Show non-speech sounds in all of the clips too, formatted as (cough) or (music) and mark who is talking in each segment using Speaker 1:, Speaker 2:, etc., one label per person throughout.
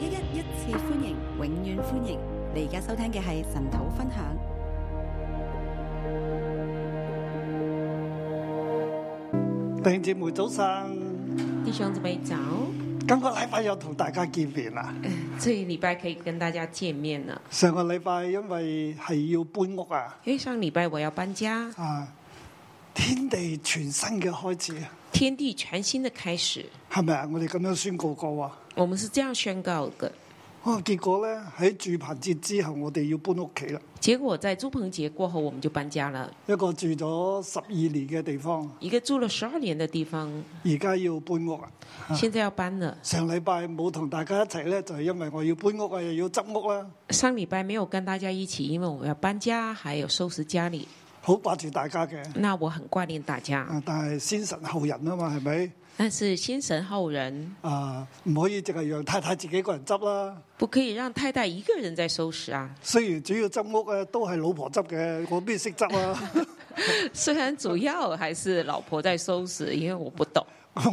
Speaker 1: 一一一次歡迎，永遠歡迎！你而家收聽嘅係神土分享。
Speaker 2: 弟兄姊妹早晨，
Speaker 3: 弟兄姊妹早，
Speaker 2: 今個禮拜又同大家見面啦。
Speaker 3: 这一礼拜可以跟大家见面了。
Speaker 2: 上個禮拜因為係要搬屋啊，
Speaker 3: 因为上礼拜我要搬家，
Speaker 2: 啊，天地全新嘅開始啊，
Speaker 3: 天地全新的开始，
Speaker 2: 係咪啊？我哋咁樣宣告過啊。
Speaker 3: 我们是这样宣告的。
Speaker 2: 哦，結果咧喺住棚節之後，我哋要搬屋企啦。
Speaker 3: 结果在朱鹏节过后，我们就搬家了，
Speaker 2: 一個住咗十二年嘅地方，
Speaker 3: 一个住了十二年的地方，
Speaker 2: 而家要搬屋啊。
Speaker 3: 现在要搬了。
Speaker 2: 上禮拜冇同大家一齊咧，就係因為我要搬屋啊，又要執屋啦，
Speaker 3: 上礼拜没有跟大家一起，因为我要搬家，还有收拾家里。
Speaker 2: 好掛住大家嘅。
Speaker 3: 那我很挂念大家，
Speaker 2: 啊，但係先神後人啊嘛，係咪？
Speaker 3: 但是先神后人，
Speaker 2: 啊，唔可以淨係讓太太自己一個人執啦。
Speaker 3: 不可以让太太一个人在收拾啊。 (laughs)
Speaker 2: 雖然主要執屋咧都係老婆執嘅，我邊識執啊？ (laughs)
Speaker 3: 虽然主要还是老婆在收拾，因为我不懂。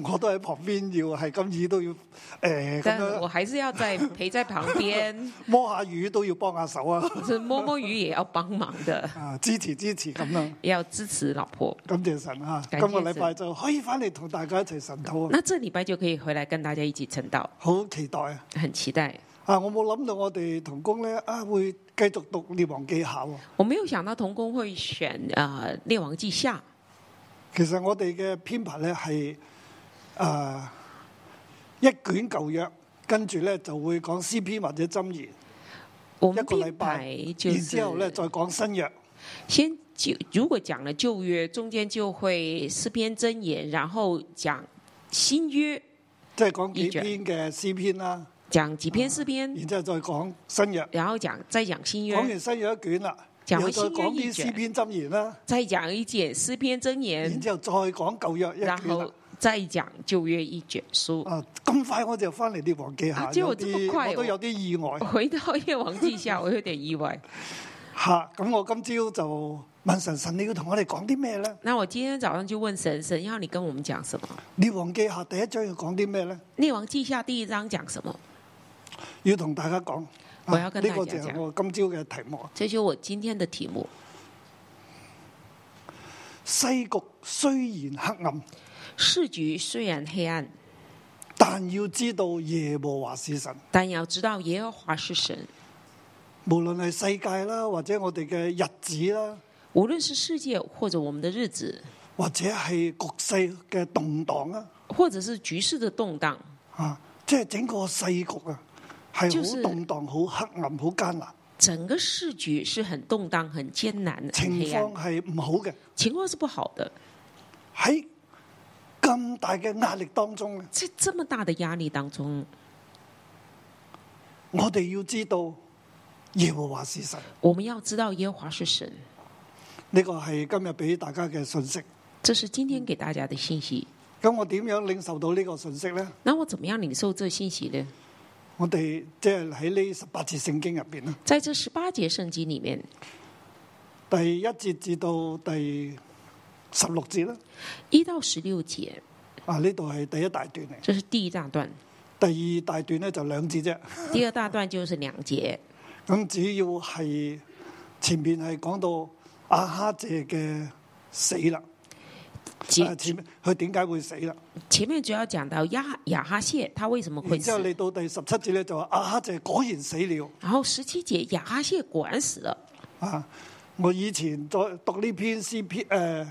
Speaker 2: 我都喺旁邊要係咁耳都要誒咁、
Speaker 3: 但
Speaker 2: 樣
Speaker 3: 我还是要在陪在旁
Speaker 2: (laughs)
Speaker 3: 边，
Speaker 2: 摸下魚都要幫下手啊！
Speaker 3: 就是摸摸鱼也要帮忙的，
Speaker 2: 啊，支持支持咁啦，
Speaker 3: 要支持老婆。
Speaker 2: 感謝神啊！今
Speaker 3: 感謝
Speaker 2: 個禮拜就可以翻嚟同大家一齊神禱啊，
Speaker 3: 那这礼拜就可以回来跟大家一起晨祷，
Speaker 2: 好期待啊！
Speaker 3: 很期待。
Speaker 2: 啊，我冇諗到我哋同工咧啊會繼續讀《列王記下》喎。
Speaker 3: 我没有想到童工会选啊《列王记下》，
Speaker 2: 其實我哋嘅編排咧係誒一卷舊約，跟住咧就會講詩篇或者箴言。
Speaker 3: 我
Speaker 2: 一個
Speaker 3: 们
Speaker 2: 禮
Speaker 3: 编
Speaker 2: 拜
Speaker 3: 排，就
Speaker 2: 然之後咧
Speaker 3: 是
Speaker 2: 再講新約，
Speaker 3: 先就如果讲了旧约，中间就会诗篇箴言，然后讲新约，
Speaker 2: 即係講幾
Speaker 3: 意象
Speaker 2: 篇嘅詩篇啦，
Speaker 3: 讲几篇诗篇，
Speaker 2: 然之後再講新約。
Speaker 3: 然后讲再讲新
Speaker 2: 講
Speaker 3: 约，
Speaker 2: 完新約一卷啦，
Speaker 3: 就
Speaker 2: 又
Speaker 3: 係
Speaker 2: 再講啲
Speaker 3: 新約
Speaker 2: 詩篇箴言啦，
Speaker 3: 再讲一卷诗篇箴言
Speaker 2: 然，之後再講舊約一
Speaker 3: 嗯然
Speaker 2: 卷啦
Speaker 3: 后。再讲旧约一卷书。
Speaker 2: 啊！咁快我就翻嚟列王記下，
Speaker 3: 啊即係
Speaker 2: 有
Speaker 3: 我咁
Speaker 2: 啲
Speaker 3: 快
Speaker 2: 我都
Speaker 3: 喎
Speaker 2: 有啲意外
Speaker 3: 回到夜王记下，我有点意外。
Speaker 2: 嚇。咁我今朝就問神神，你要同我哋講啲咩咧？
Speaker 3: 那我今天早上就问神，神要你跟我们讲什么？
Speaker 2: 列王記下第一章要講啲咩咧？
Speaker 3: 列王记下第一章讲什么？
Speaker 2: 要同大家講。
Speaker 3: 我要跟
Speaker 2: 啊呢
Speaker 3: 大
Speaker 2: 個
Speaker 3: 家
Speaker 2: 就係
Speaker 3: 講
Speaker 2: 我今朝嘅題目啊。
Speaker 3: 这就是我今天的题目。
Speaker 2: 西局雖然黑暗，
Speaker 3: 市局虽然黑暗，
Speaker 2: 但要知道耶和華是神。
Speaker 3: 但要知道耶和华是神。
Speaker 2: 無論係世界啦，或者我哋嘅日子啦，
Speaker 3: 无论是世界或者我们的日子，
Speaker 2: 或者係局勢嘅動盪啊，
Speaker 3: 或者是局势的动荡，
Speaker 2: 啊，即係整個世局啊，係
Speaker 3: 就
Speaker 2: 好
Speaker 3: 是
Speaker 2: 動盪、好黑暗、好艱難，
Speaker 3: 整个市局是很动荡、很艰难、很
Speaker 2: 情
Speaker 3: 黑暗
Speaker 2: 況，係唔好嘅。
Speaker 3: 情况是不好的。
Speaker 2: 喺咁大嘅壓力當中咧，
Speaker 3: 在这么大的压力当中，
Speaker 2: 我哋要知道耶和華是神。
Speaker 3: 我们要知道耶和华是神。
Speaker 2: 呢個係今日俾大家嘅信息。
Speaker 3: 这是今天给大家的信息。
Speaker 2: 咁我點樣領受到呢個信息呢？
Speaker 3: 那我怎么样领受这信息呢？
Speaker 2: 我哋即係喺呢十八節聖經入邊啦，
Speaker 3: 在这十八节圣经里面，
Speaker 2: 第一節至到第十六節啦。
Speaker 3: 一到十六节，
Speaker 2: 啊，呢度係第一大段嚟，
Speaker 3: 这是第一大段；
Speaker 2: 第二大段呢就兩節啫。
Speaker 3: 第二大段就是两节。
Speaker 2: 咁只要係前面係講到阿哈謝嘅死啦，啊
Speaker 3: 前
Speaker 2: 前面佢點解會死啦？
Speaker 3: 前面主要讲到亚亚哈谢他为什么会
Speaker 2: 然之後
Speaker 3: 死，
Speaker 2: 你到第十七節咧就話阿哈謝果然死了。
Speaker 3: 然后十七节亚哈谢果然死了。
Speaker 2: 啊！我以前再讀呢篇詩篇誒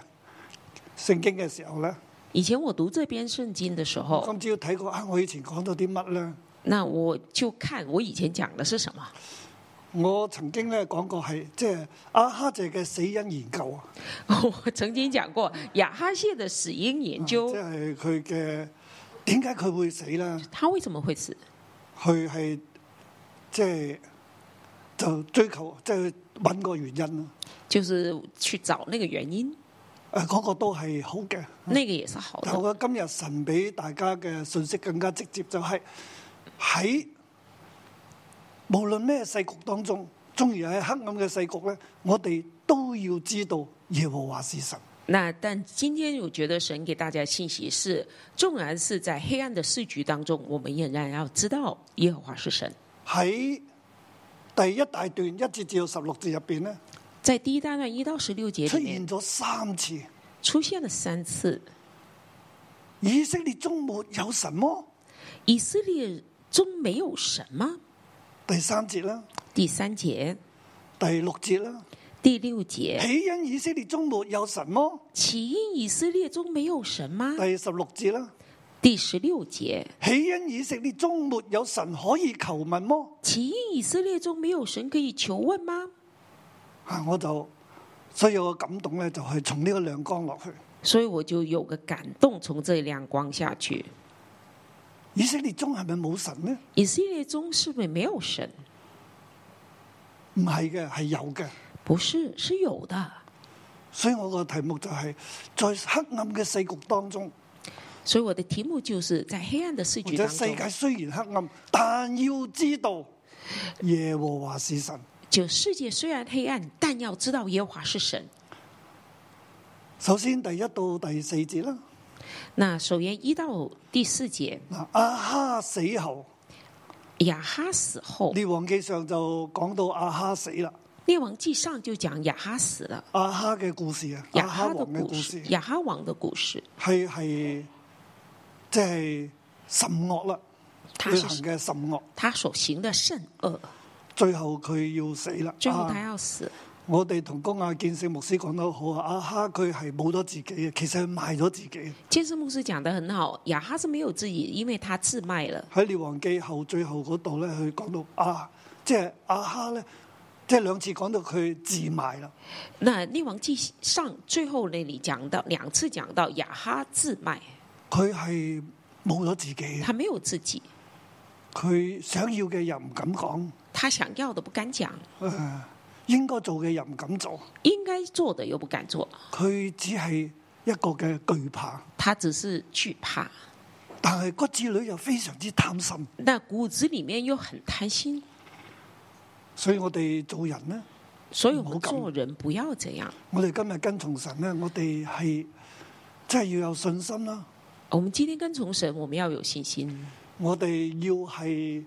Speaker 2: 聖經嘅時候咧，
Speaker 3: 以前我讀这篇圣经的时候，
Speaker 2: 今朝睇過啊，我以前講到啲乜咧？
Speaker 3: 那我就看我以前讲的是什么。 (laughs)
Speaker 2: 我曾經咧講過係即係阿哈謝嘅死因研究啊，
Speaker 3: 我曾经讲过亚哈谢的死因研
Speaker 2: 啊即
Speaker 3: 究，
Speaker 2: 係佢嘅點解佢會死咧？
Speaker 3: 他为什么会死？
Speaker 2: 佢係即係就追求即係揾個原因啦。
Speaker 3: 就是去找那个原因，
Speaker 2: 誒啊嗰個都係好嘅，
Speaker 3: 那个也是好的
Speaker 2: 但。我覺得今日神俾大家嘅信息更加直接，就係喺無論咩世局當中，縱然喺黑暗嘅世局咧，我哋都要知道耶和華是神。
Speaker 3: 那但今天我觉得神给大家信息是，纵然是在黑暗的市局当中，我们仍然要知道耶和华是神。
Speaker 2: 喺第一大段一節至到十六節入邊咧，
Speaker 3: 在第一大段一到十六节
Speaker 2: 出
Speaker 3: 里
Speaker 2: 現
Speaker 3: 面
Speaker 2: 咗三次。
Speaker 3: 出现了三次，
Speaker 2: 以色列中沒有神麼？
Speaker 3: 以色列中没有神吗？
Speaker 2: 第三節啦，
Speaker 3: 第三节、
Speaker 2: 第六節啦，
Speaker 3: 第六节，
Speaker 2: 起因以色列中沒有神麼？
Speaker 3: 起因以色列中没有神吗？
Speaker 2: 第十六節啦，
Speaker 3: 第十六节，
Speaker 2: 起因以色列中沒有神可以求問麼？
Speaker 3: 起因以色列中没有神可以求问吗？
Speaker 2: 啊，我就所以我感動咧，就係從呢個亮光落去。
Speaker 3: 所以我就有个感动，从这亮光下去。
Speaker 2: 以色列中係咪冇神呢？
Speaker 3: 以色列中是不是没有神？
Speaker 2: 唔係嘅，係有嘅。
Speaker 3: 不是，是有的。
Speaker 2: 所以我個題目就係、在黑暗嘅世局當中，
Speaker 3: 所以我的题目就是在黑暗的市
Speaker 2: 或
Speaker 3: 局
Speaker 2: 者
Speaker 3: 当
Speaker 2: 世界
Speaker 3: 中，
Speaker 2: 雖然黑暗，但要知道耶和華是神。
Speaker 3: 就世界虽然黑暗，但要知道耶和华是神。
Speaker 2: 首先第一到第四節啦，
Speaker 3: 那首先一到第四节，
Speaker 2: 嗱，阿哈死後，
Speaker 3: 亚哈死后，
Speaker 2: 列王記上就講到阿哈死啦，
Speaker 3: 列王记上就讲亚哈死了，
Speaker 2: 阿哈嘅故事啊，阿
Speaker 3: 亚
Speaker 2: 哈
Speaker 3: 哈的
Speaker 2: 王嘅
Speaker 3: 故
Speaker 2: 故
Speaker 3: 事
Speaker 2: 事，
Speaker 3: 亚哈王的故事，
Speaker 2: 係係即係甚惡啦，
Speaker 3: 他
Speaker 2: 佢
Speaker 3: 是
Speaker 2: 行嘅甚惡，
Speaker 3: 他所行的甚恶，
Speaker 2: 最後佢要死啦。
Speaker 3: 最后他
Speaker 2: 啊
Speaker 3: 要死。
Speaker 2: 我哋同公亞建聖牧師講得好啊，阿哈佢係冇咗自己嘅，其實係賣咗自己嘅。
Speaker 3: 建设牧师讲的很好，亚哈是没有自己，因为他自卖了。
Speaker 2: 喺《列王記後》最後嗰度咧，佢講到啊，即係阿哈咧，即係兩次講到佢自賣啦。
Speaker 3: 那列王记上最后那里讲到两次讲到亚哈自卖，
Speaker 2: 佢係冇咗自己嘅，
Speaker 3: 他没有自己，
Speaker 2: 佢想要嘅又唔敢講，
Speaker 3: 他想要的不敢讲，
Speaker 2: 誒、應該做嘅又唔敢做，
Speaker 3: 应该做的又不敢做，
Speaker 2: 佢只係一個嘅懼怕，
Speaker 3: 他只是惧怕。
Speaker 2: 但係骨子裏又非常之貪心，
Speaker 3: 那骨子里面又很贪心，
Speaker 2: 所以我哋做人呢，
Speaker 3: 所以我
Speaker 2: 好
Speaker 3: 们
Speaker 2: 感
Speaker 3: 做人不要这样。
Speaker 2: 我哋今日跟從神呢，我哋係真係要有信心啦，
Speaker 3: 我们今天跟从神，我们要有信心，
Speaker 2: 我哋要係誒、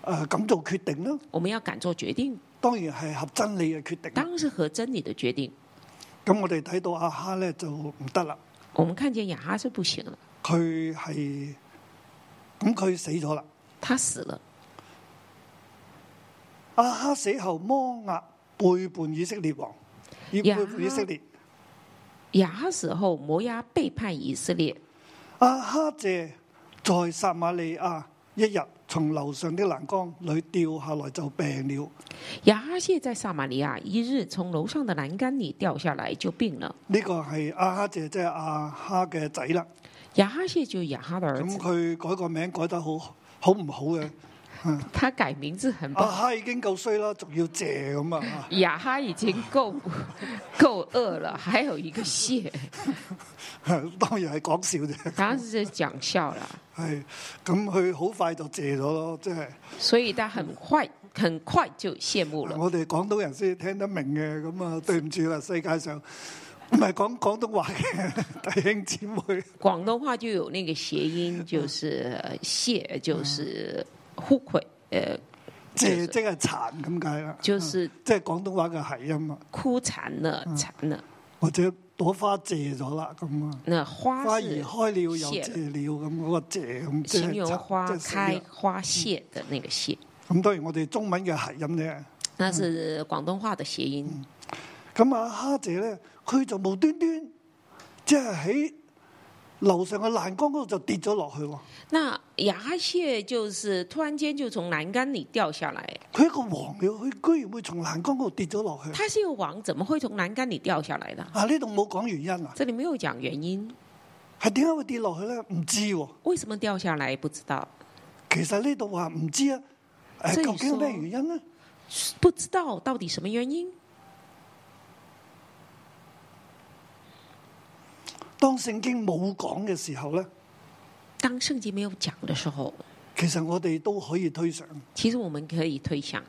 Speaker 2: 呃敢做決定啦。
Speaker 3: 我们要敢做决定，
Speaker 2: 當然係合真理嘅決定。
Speaker 3: 当然是合真理的决定。
Speaker 2: 咁我哋睇到阿哈咧就唔得啦，
Speaker 3: 我们看见亚哈是不行了，
Speaker 2: 佢係咁佢死咗啦。
Speaker 3: 他死了。
Speaker 2: 阿哈死後，摩押背叛以色列王，要背
Speaker 3: 呀
Speaker 2: 叛以色列。
Speaker 3: 亚哈死后，摩押背叛以色列。
Speaker 2: 阿哈謝在撒瑪利亞一日，從樓上的欄杆裏掉下來就病了。
Speaker 3: 亚哈谢在撒玛利亚一日从楼上的栏杆里掉下来就病了。
Speaker 2: 呢、個係阿哈謝，即係阿哈嘅仔啦。
Speaker 3: 亚哈谢就是亚哈的儿
Speaker 2: 咁
Speaker 3: 子，
Speaker 2: 佢改個名改得好好唔好嘅？
Speaker 3: 他改名字很不
Speaker 2: 阿
Speaker 3: 好。
Speaker 2: 哈已經夠衰啦，仲要謝咁啊！ (laughs)
Speaker 3: 雅哈已经够 (laughs) 够饿了，还有一个蟹，
Speaker 2: 當然係講笑啫。
Speaker 3: 当然是讲笑了。
Speaker 2: 係，咁佢好快就謝咗咯，即係
Speaker 3: 所以他很快很快就谢幕了。
Speaker 2: 我哋廣東人先聽得明嘅，咁啊對唔住啦，世界上唔係講廣東話嘅 (laughs) 弟兄姊妹，
Speaker 3: 广东话就有那个谐音，就是呃谢，就是互愧，呃，
Speaker 2: 謝即係殘咁解啦，
Speaker 3: 就是
Speaker 2: 即係廣東話嘅諧音啊，
Speaker 3: 枯残了，残了。
Speaker 2: 或者朵花謝咗啦咁啊，
Speaker 3: 那花
Speaker 2: 花
Speaker 3: 是
Speaker 2: 兒開了又
Speaker 3: 謝
Speaker 2: 謝了咁嗰個謝咁，即
Speaker 3: 形
Speaker 2: 係
Speaker 3: 容
Speaker 2: 殘
Speaker 3: 花
Speaker 2: 即係死
Speaker 3: 开
Speaker 2: 啦
Speaker 3: 花谢的那个谢，
Speaker 2: 咁當然我哋中文嘅諧音咧，
Speaker 3: 那是广东话的谐音。
Speaker 2: 咁啊哈姐咧，佢就無端端即係喺樓上嘅欄杆嗰度就跌咗落去喎。
Speaker 3: 那雅哈谢就是突然间就从栏杆里掉下来，
Speaker 2: 佢一個黃鳥，佢居然會從欄杆嗰度跌咗落去。
Speaker 3: 他是一个王，怎么会从栏杆里掉下来的？
Speaker 2: 啊，呢度冇講原因啊，
Speaker 3: 这里没有讲原因，
Speaker 2: 係點解會跌落去咧？唔知喎、
Speaker 3: 为什么掉下来不知道，
Speaker 2: 其實呢度話唔知啊，誒、
Speaker 3: 即係
Speaker 2: 究竟係
Speaker 3: 說
Speaker 2: 咩原因咧？
Speaker 3: 不知道到底什么原因。
Speaker 2: 當聖經冇講嘅時候咧，
Speaker 3: 当圣经没有讲的时候，
Speaker 2: 其實我哋都可以推想，
Speaker 3: 其实我们可以推想，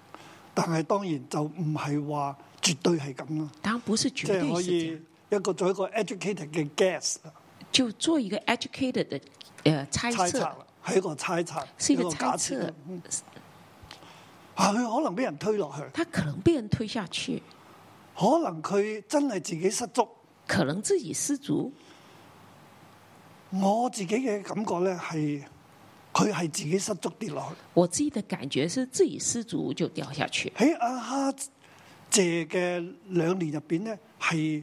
Speaker 2: 但係當然就唔係話絕對係咁啦，
Speaker 3: 当然不是绝
Speaker 2: 即係
Speaker 3: 对
Speaker 2: 可
Speaker 3: 是这样，
Speaker 2: 以一一個做一個 educated 嘅 guess 啦，
Speaker 3: 就做一个 educated 的呃猜
Speaker 2: 猜測
Speaker 3: 测，
Speaker 2: 啦，係一個猜測，
Speaker 3: 是一
Speaker 2: 一
Speaker 3: 个
Speaker 2: 個假嗯
Speaker 3: 猜
Speaker 2: 設
Speaker 3: 测
Speaker 2: 啦。，啊，佢可能俾人推落去，
Speaker 3: 他可能被人推下去，
Speaker 2: 可能佢真係自己失足。
Speaker 3: 可能自己失足。
Speaker 2: 我自己嘅感覺咧係佢係自己失足跌落去。
Speaker 3: 我自己的感觉是自己失足就掉下去。
Speaker 2: 喺阿哈謝嘅兩年入邊咧係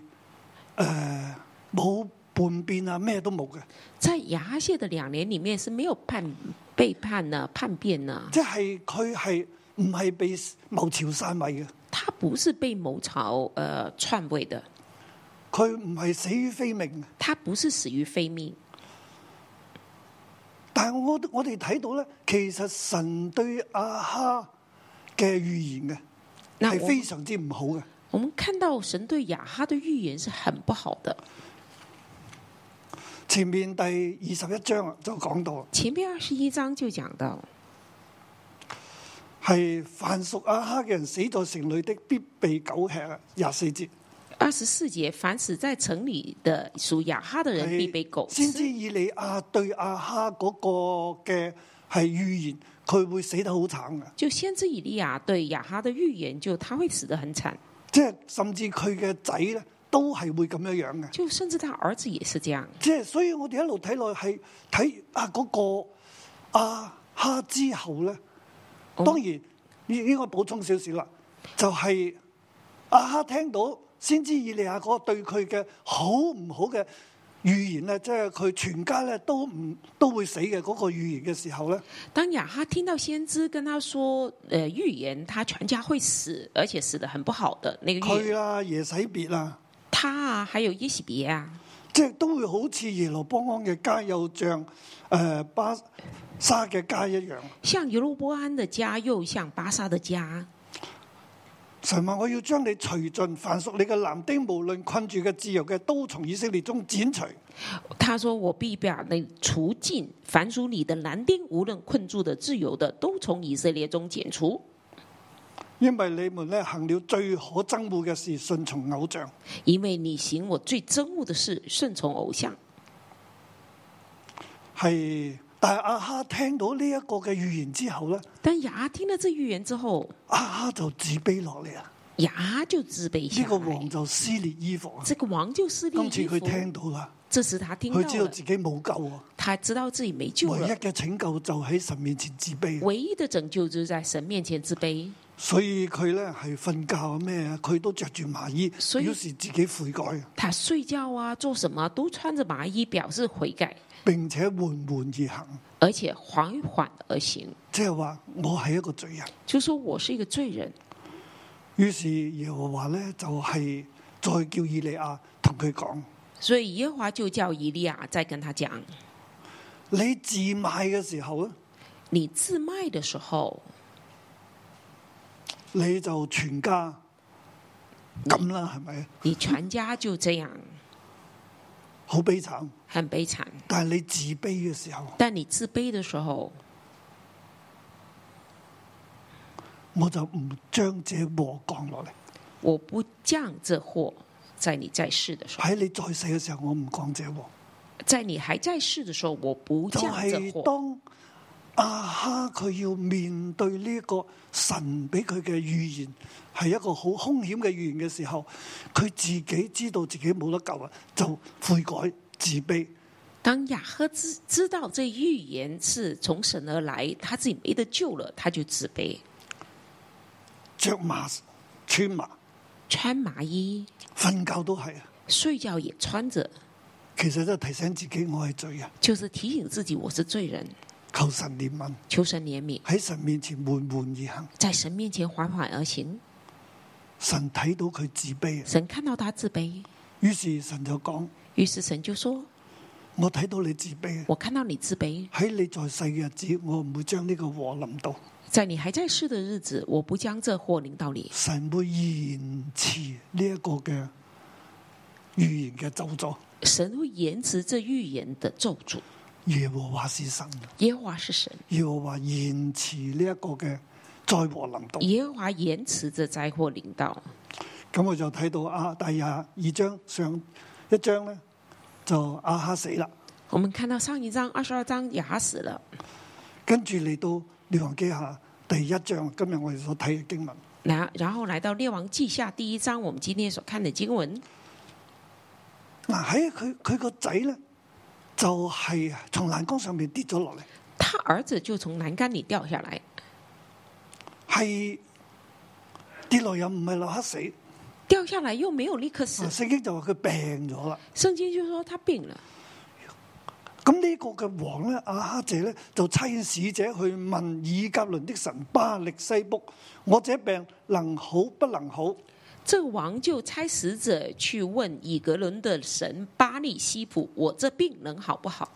Speaker 2: 誒冇叛變啊，咩都冇嘅，
Speaker 3: 在牙蟹的两年里面是没有叛背叛呢、叛变呢，
Speaker 2: 即係佢係唔係被謀朝篡位嘅，
Speaker 3: 他不是被谋朝呃篡位的，
Speaker 2: 佢唔係死於非命嘅。
Speaker 3: 他不是死于非命。
Speaker 2: 但係我我哋睇到咧，其實神對阿哈嘅預言嘅
Speaker 3: 那
Speaker 2: 係
Speaker 3: 我
Speaker 2: 非常之唔好嘅。
Speaker 3: 我们看到神对雅哈的预言是很不好的。
Speaker 2: 前面第二十一章啊就講到啦
Speaker 3: 前面二十一章就讲到，
Speaker 2: 係凡屬阿哈嘅人死在城裏的，必被狗吃啊！廿四節
Speaker 3: 二十四节，凡死在城里的属雅哈的人必被狗
Speaker 2: 哎先知
Speaker 3: 吃。
Speaker 2: 以利亞對阿哈嗰個嘅係預言，佢會死得好慘嘅，
Speaker 3: 就先知以利亚对雅哈的预言，就他会死得很惨，
Speaker 2: 即係甚至佢嘅仔咧都係會咁樣樣嘅。
Speaker 3: 就甚至他儿子也是这样。
Speaker 2: 即係所以我哋一路睇落去係睇啊嗰、個阿哈之後咧，
Speaker 3: 哦
Speaker 2: 當然應應該補充少少啦，就係、阿哈聽到先知以利亞嗰個對佢嘅好唔好嘅預言啊咧，即係佢全家咧都唔都會死嘅嗰個預言嘅時候咧，
Speaker 3: 当雅哈听到先知跟他说，呃，预言他全家会死，而且死的很不好的那个预
Speaker 2: 佢
Speaker 3: 言，
Speaker 2: 啊耶洗別啊，
Speaker 3: 他啊，还有耶洗别啊，
Speaker 2: 即係都會好似耶羅波安嘅家又像誒、呃巴沙嘅家一樣。
Speaker 3: 像耶路波安的家，又像巴沙的家。
Speaker 2: 神話我要將你除盡，凡屬你嘅男丁，無論困住嘅、自由嘅，都從以色列中剪除。
Speaker 3: 他说：“我必把那除尽，凡属你的男丁，无论困住的、自由的，都从以色列中剪除，
Speaker 2: 因為你們咧行了最可憎惡嘅事，順從偶像。
Speaker 3: 因为你行我最憎恶的事，顺从偶像。
Speaker 2: 係，但係阿哈聽到呢一個嘅預言之後咧，”
Speaker 3: 但雅哈听了这预言之后，
Speaker 2: 阿哈就自卑落嚟啊！
Speaker 3: 雅哈就自卑
Speaker 2: 呢、
Speaker 3: 下
Speaker 2: 個
Speaker 3: 来
Speaker 2: 王。就撕裂衣服啊！
Speaker 3: 这个王就撕裂
Speaker 2: 今次
Speaker 3: 衣
Speaker 2: 佢
Speaker 3: 服，
Speaker 2: 聽到啦，
Speaker 3: 这时他听到啊
Speaker 2: 佢知道
Speaker 3: 了，
Speaker 2: 自己冇救啊！
Speaker 3: 他知道自己没救
Speaker 2: 唯一
Speaker 3: 了。
Speaker 2: 嘅拯救就喺神面前自卑啊，
Speaker 3: 唯一的拯救就是在神面前自卑，
Speaker 2: 所以佢咧係瞓覺啊咩啊，佢都着住麻衣，
Speaker 3: 所以
Speaker 2: 表示自己悔改啊，
Speaker 3: 他睡觉啊，做什么都穿着麻衣，表示悔改，
Speaker 2: 並且緩緩而行。
Speaker 3: 而且缓缓而行，
Speaker 2: 即係話我係一個罪人。
Speaker 3: 就说我是一个罪人。
Speaker 2: 於是耶和華咧就係再叫以利亞同佢講：
Speaker 3: 所以耶和华就叫以利亚再跟他讲：
Speaker 2: 你自賣嘅時候咧，
Speaker 3: 你自卖的时候，
Speaker 2: 你就全家咁啦，係咪？
Speaker 3: 你全家就这样
Speaker 2: 好悲慘。
Speaker 3: 很悲惨；
Speaker 2: 但係你自卑嘅時候，
Speaker 3: 但你自卑的时候，
Speaker 2: 我就唔將這禍降落嚟。
Speaker 3: 我不降这祸。在你在世的时候，
Speaker 2: 喺你在世嘅時候，我唔降這禍。
Speaker 3: 在你还在世的时候，我不
Speaker 2: 就
Speaker 3: 降这
Speaker 2: 係
Speaker 3: 祸。
Speaker 2: 當阿哈佢要面對呢個神俾佢嘅預言，係一個好兇險嘅預言嘅時候，佢自己知道自己冇得救啦，就悔改自卑，
Speaker 3: 当雅赫知知道这预言是从神而来，他自己没得救了，他就自卑，
Speaker 2: 着麻穿麻，
Speaker 3: 穿麻衣，
Speaker 2: 瞓覺都係啊。
Speaker 3: 睡觉也穿着，
Speaker 2: 其實都係提醒自己我係罪人，啊
Speaker 3: 就是提醒自己我是罪人，
Speaker 2: 求神憐憫
Speaker 3: 求神怜悯，
Speaker 2: 喺神面前緩緩而行。
Speaker 3: 在神面前缓缓而行。
Speaker 2: 神睇到佢自卑，啊
Speaker 3: 神看到他自卑，
Speaker 2: 於是神就講：
Speaker 3: 于是神就说
Speaker 2: 我睇到你自卑：“，啊
Speaker 3: 我看到你自卑，
Speaker 2: 喺你在世嘅日子，我唔會將呢個禍臨到。
Speaker 3: 在你还在世的日子，我不将这祸领到你。
Speaker 2: 神會延遲呢一個嘅預言嘅咒詛。
Speaker 3: 神会延迟这预言的咒诅。
Speaker 2: 耶和華是神，
Speaker 3: 耶和华是神，
Speaker 2: 耶和華延遲呢一個嘅災禍臨到。
Speaker 3: 耶和华延迟这灾祸领到。
Speaker 2: 咁我就睇到啊第廿二章上一章咧，就阿哈死啦，
Speaker 3: 我们看到上一章二十二章牙死了，
Speaker 2: 跟住嚟到列王記下第一章，今日我哋所睇嘅經文，
Speaker 3: 然然后来到列王记下第一章，我们今天所看的经文，
Speaker 2: 嗱喺佢佢個仔咧就係從欄杆上面跌咗落嚟，
Speaker 3: 他儿子就从栏杆里掉下来，
Speaker 2: 係跌落又唔係立刻死，啊
Speaker 3: 掉下来又没有立刻死。
Speaker 2: 聖經就話佢病咗啦。
Speaker 3: 圣经就说他病了。
Speaker 2: 咁呢個嘅王咧，阿哈謝咧就差使者去問以甲倫的神巴力西卜，我這病能好不能好？
Speaker 3: 这个王就差使者去问以格伦的神巴利西卜：“我这病能好不好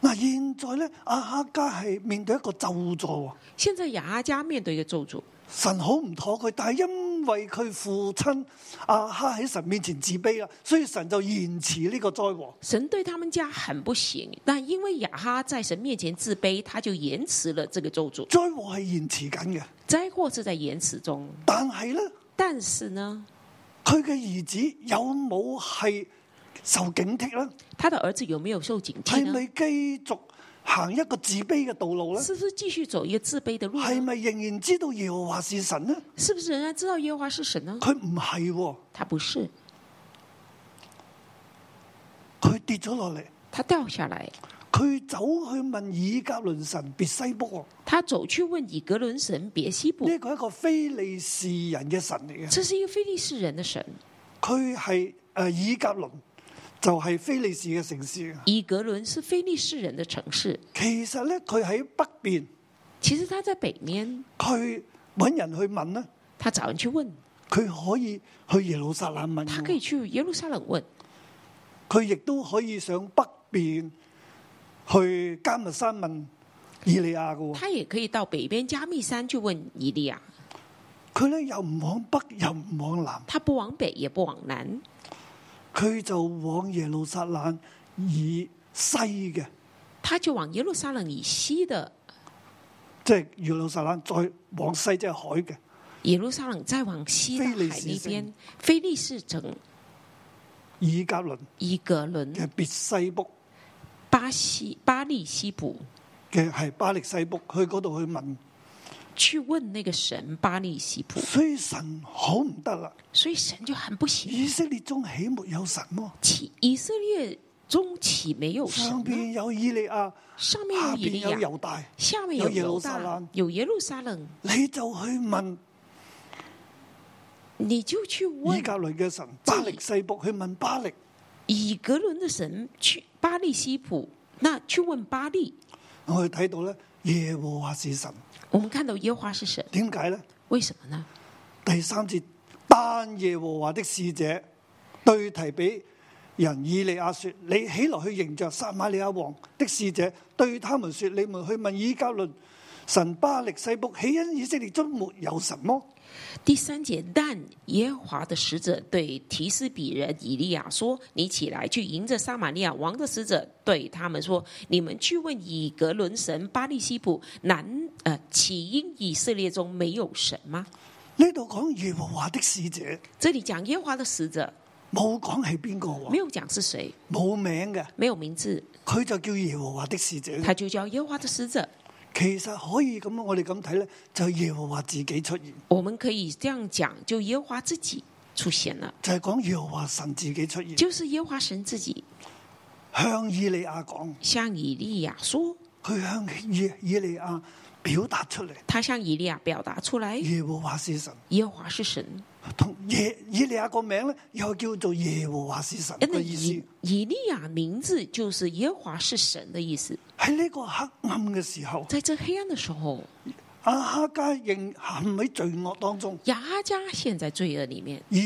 Speaker 2: 嗱，現在咧，阿哈家係面對一個咒詛喎，？”
Speaker 3: 现在雅阿家面对一个咒诅，
Speaker 2: 神好唔妥佢，但係因為佢父親阿哈喺神面前自卑啦，所以神就延遲呢個災禍。
Speaker 3: 神对他们家很不行。但因为雅哈在神面前自卑，他就延迟了这个咒诅。
Speaker 2: 災禍係延遲緊嘅，
Speaker 3: 灾祸是在延迟中，
Speaker 2: 但係咧，
Speaker 3: 但是呢，
Speaker 2: 佢嘅兒子有冇係受警惕咧？
Speaker 3: 他的儿子有没有受警惕
Speaker 2: 係
Speaker 3: 呢？
Speaker 2: 咪繼續行一個自卑嘅道路咧？
Speaker 3: 是不是继续走一个自卑的路呢？
Speaker 2: 系咪仍然知道耶和华是神呢？
Speaker 3: 是不是仍然知道耶和华是神呢？
Speaker 2: 佢唔系喎，
Speaker 3: 他不是，
Speaker 2: 佢跌咗落嚟，
Speaker 3: 他掉下来，
Speaker 2: 佢走去问以格伦神别西卜
Speaker 3: 他走去问以格伦神别西卜
Speaker 2: 喎，呢个係一个非利士人嘅神嚟嘅，
Speaker 3: 这是一个非利士人的神，
Speaker 2: 佢系诶以格伦就系、非利士嘅城市嘅。
Speaker 3: 以格伦是非利士人的城市。
Speaker 2: 其实咧，佢喺北边，
Speaker 3: 其实他在北面，
Speaker 2: 佢揾人去问咧，
Speaker 3: 他找人去问，
Speaker 2: 佢可以去耶路撒冷问
Speaker 3: 他可以
Speaker 2: 喎，
Speaker 3: 去耶路撒冷问，
Speaker 2: 佢亦都可以上北边去加密山问以利亚嘅喎。
Speaker 3: 他也可以到北边加密山去问以利亚。
Speaker 2: 佢咧又唔往北，又唔往南。
Speaker 3: 他不往北也不往南，
Speaker 2: 佢就往耶路撒冷以西嘅，
Speaker 3: 他就往耶路撒冷以西的
Speaker 2: 即係耶路撒冷再往西即係海嘅。
Speaker 3: 耶路撒冷，再往西的
Speaker 2: 非利
Speaker 3: 海
Speaker 2: 士
Speaker 3: 那
Speaker 2: 城
Speaker 3: 边，非利士城
Speaker 2: 以格倫
Speaker 3: 伊格伦、
Speaker 2: 嘅別西卜
Speaker 3: 巴西、巴利西卜
Speaker 2: 嘅係巴力西卜，去嗰度去問，
Speaker 3: 去问那个神巴利西卜，
Speaker 2: 所以神好唔得啦。
Speaker 3: 所以神就很不喜
Speaker 2: 以色列中岂沒有神喎、
Speaker 3: 气。以色列中岂没有神
Speaker 2: 上
Speaker 3: 呢？
Speaker 2: 邊有以利亞，
Speaker 3: 上面
Speaker 2: 下
Speaker 3: 有以利
Speaker 2: 邊有
Speaker 3: 亚，
Speaker 2: 猶大，
Speaker 3: 下面
Speaker 2: 有
Speaker 3: 有
Speaker 2: 耶路
Speaker 3: 犹
Speaker 2: 撒
Speaker 3: 大
Speaker 2: 冷，
Speaker 3: 有耶路撒冷，
Speaker 2: 你就去問
Speaker 3: 你就去问
Speaker 2: 以格倫嘅神巴力西卜，去問巴力。
Speaker 3: 以格伦的神去巴利西卜，那去问巴利。
Speaker 2: 我哋睇到咧，耶和華是神，
Speaker 3: 我们看到耶和华是神，
Speaker 2: 點解咧？
Speaker 3: 为什么呢？
Speaker 2: 第三節，但耶和華的使者對提比人以利亞說：你起來去迎着撒瑪利亞王的使者，對他們說：你們去問以格倫神巴力西卜，起因以色列中沒有什麼。
Speaker 3: 第三节，但耶和华的使者对提斯比人以利亚说：“你起来去迎着撒玛利亚王的使者，对他们说：你们去问以格伦神巴利西卜，南呃，起因以色列中没有神吗
Speaker 2: 呢度講耶和華的使者，？”
Speaker 3: 这里讲耶和华的使者，
Speaker 2: 冇講係邊個
Speaker 3: 没
Speaker 2: 喎，
Speaker 3: 有讲是谁，
Speaker 2: 冇名嘅，
Speaker 3: 没有名字，
Speaker 2: 佢就叫耶和華的使者。
Speaker 3: 他就叫耶和华的使者。
Speaker 2: 其實可以咁，我哋咁睇咧，就係耶和華自己出現，
Speaker 3: 我们可以这样讲，就耶和华自己出现了，
Speaker 2: 就係講耶和華神自己出現，
Speaker 3: 就是耶和华神自己
Speaker 2: 向以利亞講。
Speaker 3: 向以利亚说，
Speaker 2: 佢向以以利亞表達出嚟，
Speaker 3: 他向以利亚表达出来，
Speaker 2: 耶和華是神，
Speaker 3: 耶和华是神。
Speaker 2: 同耶以利亞個名咧，又叫做耶和華是神
Speaker 3: 因
Speaker 2: 嘅
Speaker 3: 为
Speaker 2: 意思
Speaker 3: 以。以利亚名字就是耶和华是神的意思。
Speaker 2: 喺呢個黑暗嘅時候，
Speaker 3: 在这黑暗的时候，
Speaker 2: 阿哈家仍陷喺罪惡當中，
Speaker 3: 雅哈家陷在罪恶里面，
Speaker 2: 而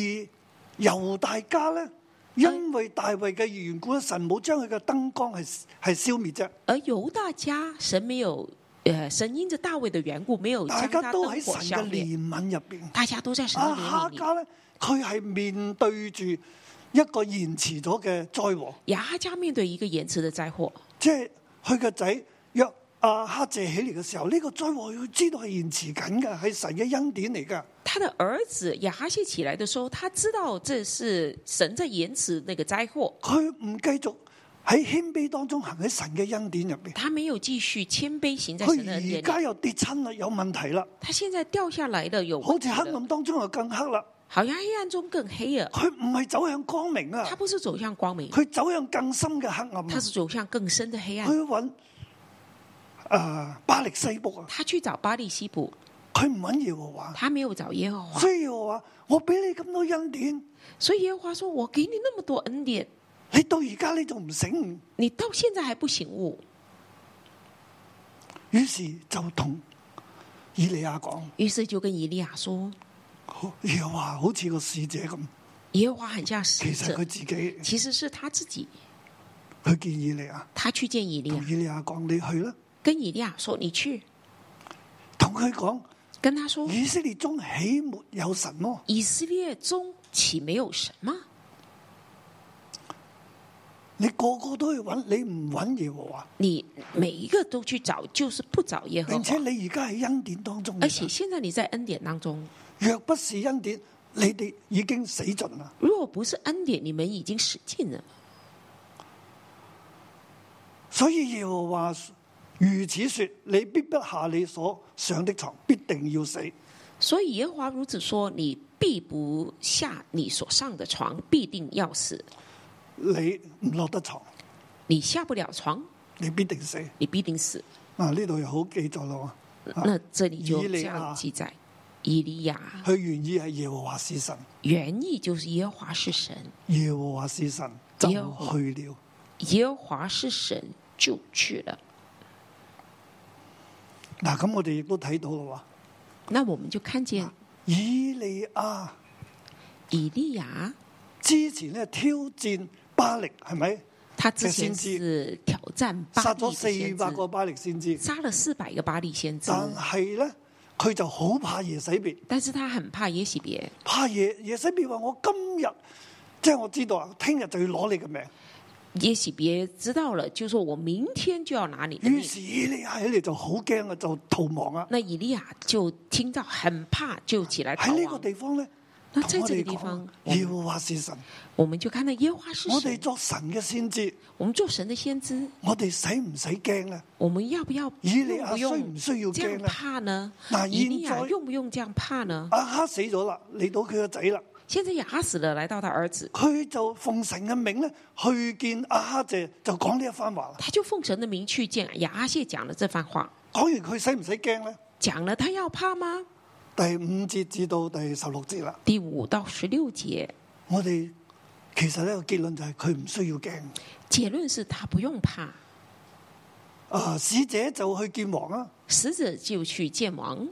Speaker 2: 猶大家咧，
Speaker 3: 啊
Speaker 2: 因為大衛嘅緣故，神冇將佢嘅燈光係系消滅啫，
Speaker 3: 而犹大家神没有，呃，神因着大卫的缘故没有
Speaker 2: 大
Speaker 3: 将
Speaker 2: 家
Speaker 3: 他
Speaker 2: 都
Speaker 3: 灯
Speaker 2: 喺神
Speaker 3: 火消
Speaker 2: 嘅
Speaker 3: 灭，
Speaker 2: 憐憫入边。
Speaker 3: 大家都在神的
Speaker 2: 阿
Speaker 3: 怜
Speaker 2: 啊哈
Speaker 3: 悯里。
Speaker 2: 家咧，佢係面對住一個延遲咗嘅災禍。
Speaker 3: 雅哈家面对一个延迟的灾祸，
Speaker 2: 即係佢個仔約阿哈謝起嚟嘅時候，呢、個災禍要知道係延遲緊嘅，係神嘅恩典嚟㗎。
Speaker 3: 他的儿子亚哈谢起来的时候，他知道这是神在延迟那个灾祸，
Speaker 2: 佢唔繼續喺謙卑當中行喺神嘅恩典入边，
Speaker 3: 他没有继续谦卑行在神的恩
Speaker 2: 佢而
Speaker 3: 典
Speaker 2: 家
Speaker 3: 里。
Speaker 2: 又跌親啦，有問題啦，
Speaker 3: 他现在掉下来的有
Speaker 2: 好啊
Speaker 3: 问
Speaker 2: 似
Speaker 3: 题
Speaker 2: 黑
Speaker 3: 了，
Speaker 2: 暗當中又更黑啦。
Speaker 3: 好像黑暗中更黑了。
Speaker 2: 佢唔係走向光明啊
Speaker 3: 他，不是走向光明，
Speaker 2: 佢走向更深嘅黑暗啊。
Speaker 3: 他是啊走向更深的黑暗。
Speaker 2: 佢揾诶巴力西卜啊，
Speaker 3: 他去找巴利西卜，
Speaker 2: 佢唔揾耶和華，啊
Speaker 3: 他没有找耶和华，
Speaker 2: 所以耶和華，我俾你咁多恩典，
Speaker 3: 所以耶和华说：“我给你那么多恩典，
Speaker 2: 你到而家你仲唔醒悟，
Speaker 3: 你到现在还不醒悟。
Speaker 2: 於是就同以利亞講：，”
Speaker 3: 于是就跟以利亚说
Speaker 2: 好耶和華好似個使者咁，：“
Speaker 3: 耶和华很像
Speaker 2: 其實
Speaker 3: 使
Speaker 2: 佢
Speaker 3: 者，
Speaker 2: 自己
Speaker 3: 其实是他自己。
Speaker 2: 佢建以利亞。
Speaker 3: 他去见以利
Speaker 2: 同
Speaker 3: 亚，
Speaker 2: 以利亞講：你去啦，
Speaker 3: 跟以利亚说：‘你去。’
Speaker 2: 同佢講
Speaker 3: 跟他说：
Speaker 2: 以色列中岂沒有神麼？
Speaker 3: 以色列中岂没有神吗？
Speaker 2: 你個個都去揾，你唔揾耶和華，
Speaker 3: 你每一个都去找，就是不找耶和
Speaker 2: 並且
Speaker 3: 华。
Speaker 2: 你而家喺恩典當中
Speaker 3: 而且
Speaker 2: 嘅。
Speaker 3: 现在你在恩典当中，
Speaker 2: 若不是恩典，你哋已經死盡啦。
Speaker 3: 如果不是恩典，你们已经使尽了。
Speaker 2: 所以耶和華如此說：你必不下你所上的床，必定要死。
Speaker 3: 所以耶和华如此说：你必不下你所上的床，必定要死。
Speaker 2: 你唔落得床，
Speaker 3: 你下不了床，
Speaker 2: 你必定死。
Speaker 3: 你必定死。
Speaker 2: 嗱，呢度又好記載咯。啊
Speaker 3: 那这里就
Speaker 2: 以利
Speaker 3: 这
Speaker 2: 亚
Speaker 3: 样记载：以利亚
Speaker 2: 佢原意係耶和華是神，
Speaker 3: 原意就是耶和华是神，
Speaker 2: 耶和華是神就
Speaker 3: 耶和華
Speaker 2: 去了。
Speaker 3: 耶和华是神就去了。
Speaker 2: 嗱，咁我哋亦都睇到嘅話。
Speaker 3: 那我们就看
Speaker 2: 啊
Speaker 3: 见
Speaker 2: 以利亞
Speaker 3: 以利亚
Speaker 2: 之前咧挑戰巴力，係咪
Speaker 3: 他之
Speaker 2: 先
Speaker 3: 前
Speaker 2: 知
Speaker 3: 是挑战巴
Speaker 2: 殺
Speaker 3: 利
Speaker 2: 咗
Speaker 3: 的先
Speaker 2: 四百個
Speaker 3: 知，
Speaker 2: 巴力先知？
Speaker 3: 杀了四百个巴利先知，
Speaker 2: 但係咧，佢就好怕耶洗別，
Speaker 3: 但是他很怕耶洗别。
Speaker 2: 怕耶耶洗別話：我今日即係我知道啊，聽日就要攞你嘅命。
Speaker 3: 耶洗别知道了，就说我明天就要拿你的
Speaker 2: 於
Speaker 3: 命。
Speaker 2: 是以利亞起嚟就好驚啊，就逃亡啊！
Speaker 3: 那以利亚就听到很怕，就起来逃
Speaker 2: 喺呢個
Speaker 3: 亡。
Speaker 2: 地方咧，
Speaker 3: 那
Speaker 2: 同
Speaker 3: 在
Speaker 2: 我
Speaker 3: 这
Speaker 2: 哋
Speaker 3: 个地方
Speaker 2: 講，，耶和華是神，
Speaker 3: 我们就看到耶和华是
Speaker 2: 我哋
Speaker 3: 神。
Speaker 2: 作神嘅先知，
Speaker 3: 我们做神的先知，
Speaker 2: 我哋使唔使驚咧？
Speaker 3: 我们要不要
Speaker 2: 以利
Speaker 3: 用
Speaker 2: 亞
Speaker 3: 不
Speaker 2: 需
Speaker 3: 用
Speaker 2: 唔需要
Speaker 3: 这样
Speaker 2: 驚咧？
Speaker 3: 怕呢
Speaker 2: 那？
Speaker 3: 以利亚
Speaker 2: 现在
Speaker 3: 用不用这样怕呢？
Speaker 2: 阿哈死咗啦，嚟到佢個仔啦。
Speaker 3: 现在亚哈死了，来到他儿子，
Speaker 2: 佢就奉神嘅名咧去見阿哈謝，就講呢一番話啦。
Speaker 3: 他就奉神的名去见亚哈谢，讲了这番话。
Speaker 2: 講完佢使唔使驚咧？
Speaker 3: 讲了，他要怕吗？
Speaker 2: 第五節至到第十六節啦，
Speaker 3: 第五到十六节，
Speaker 2: 我哋其實呢個結論就係佢唔需要驚。
Speaker 3: 结论是他不用怕。
Speaker 2: 啊，使者就去見王啊，
Speaker 3: 使者就去见王，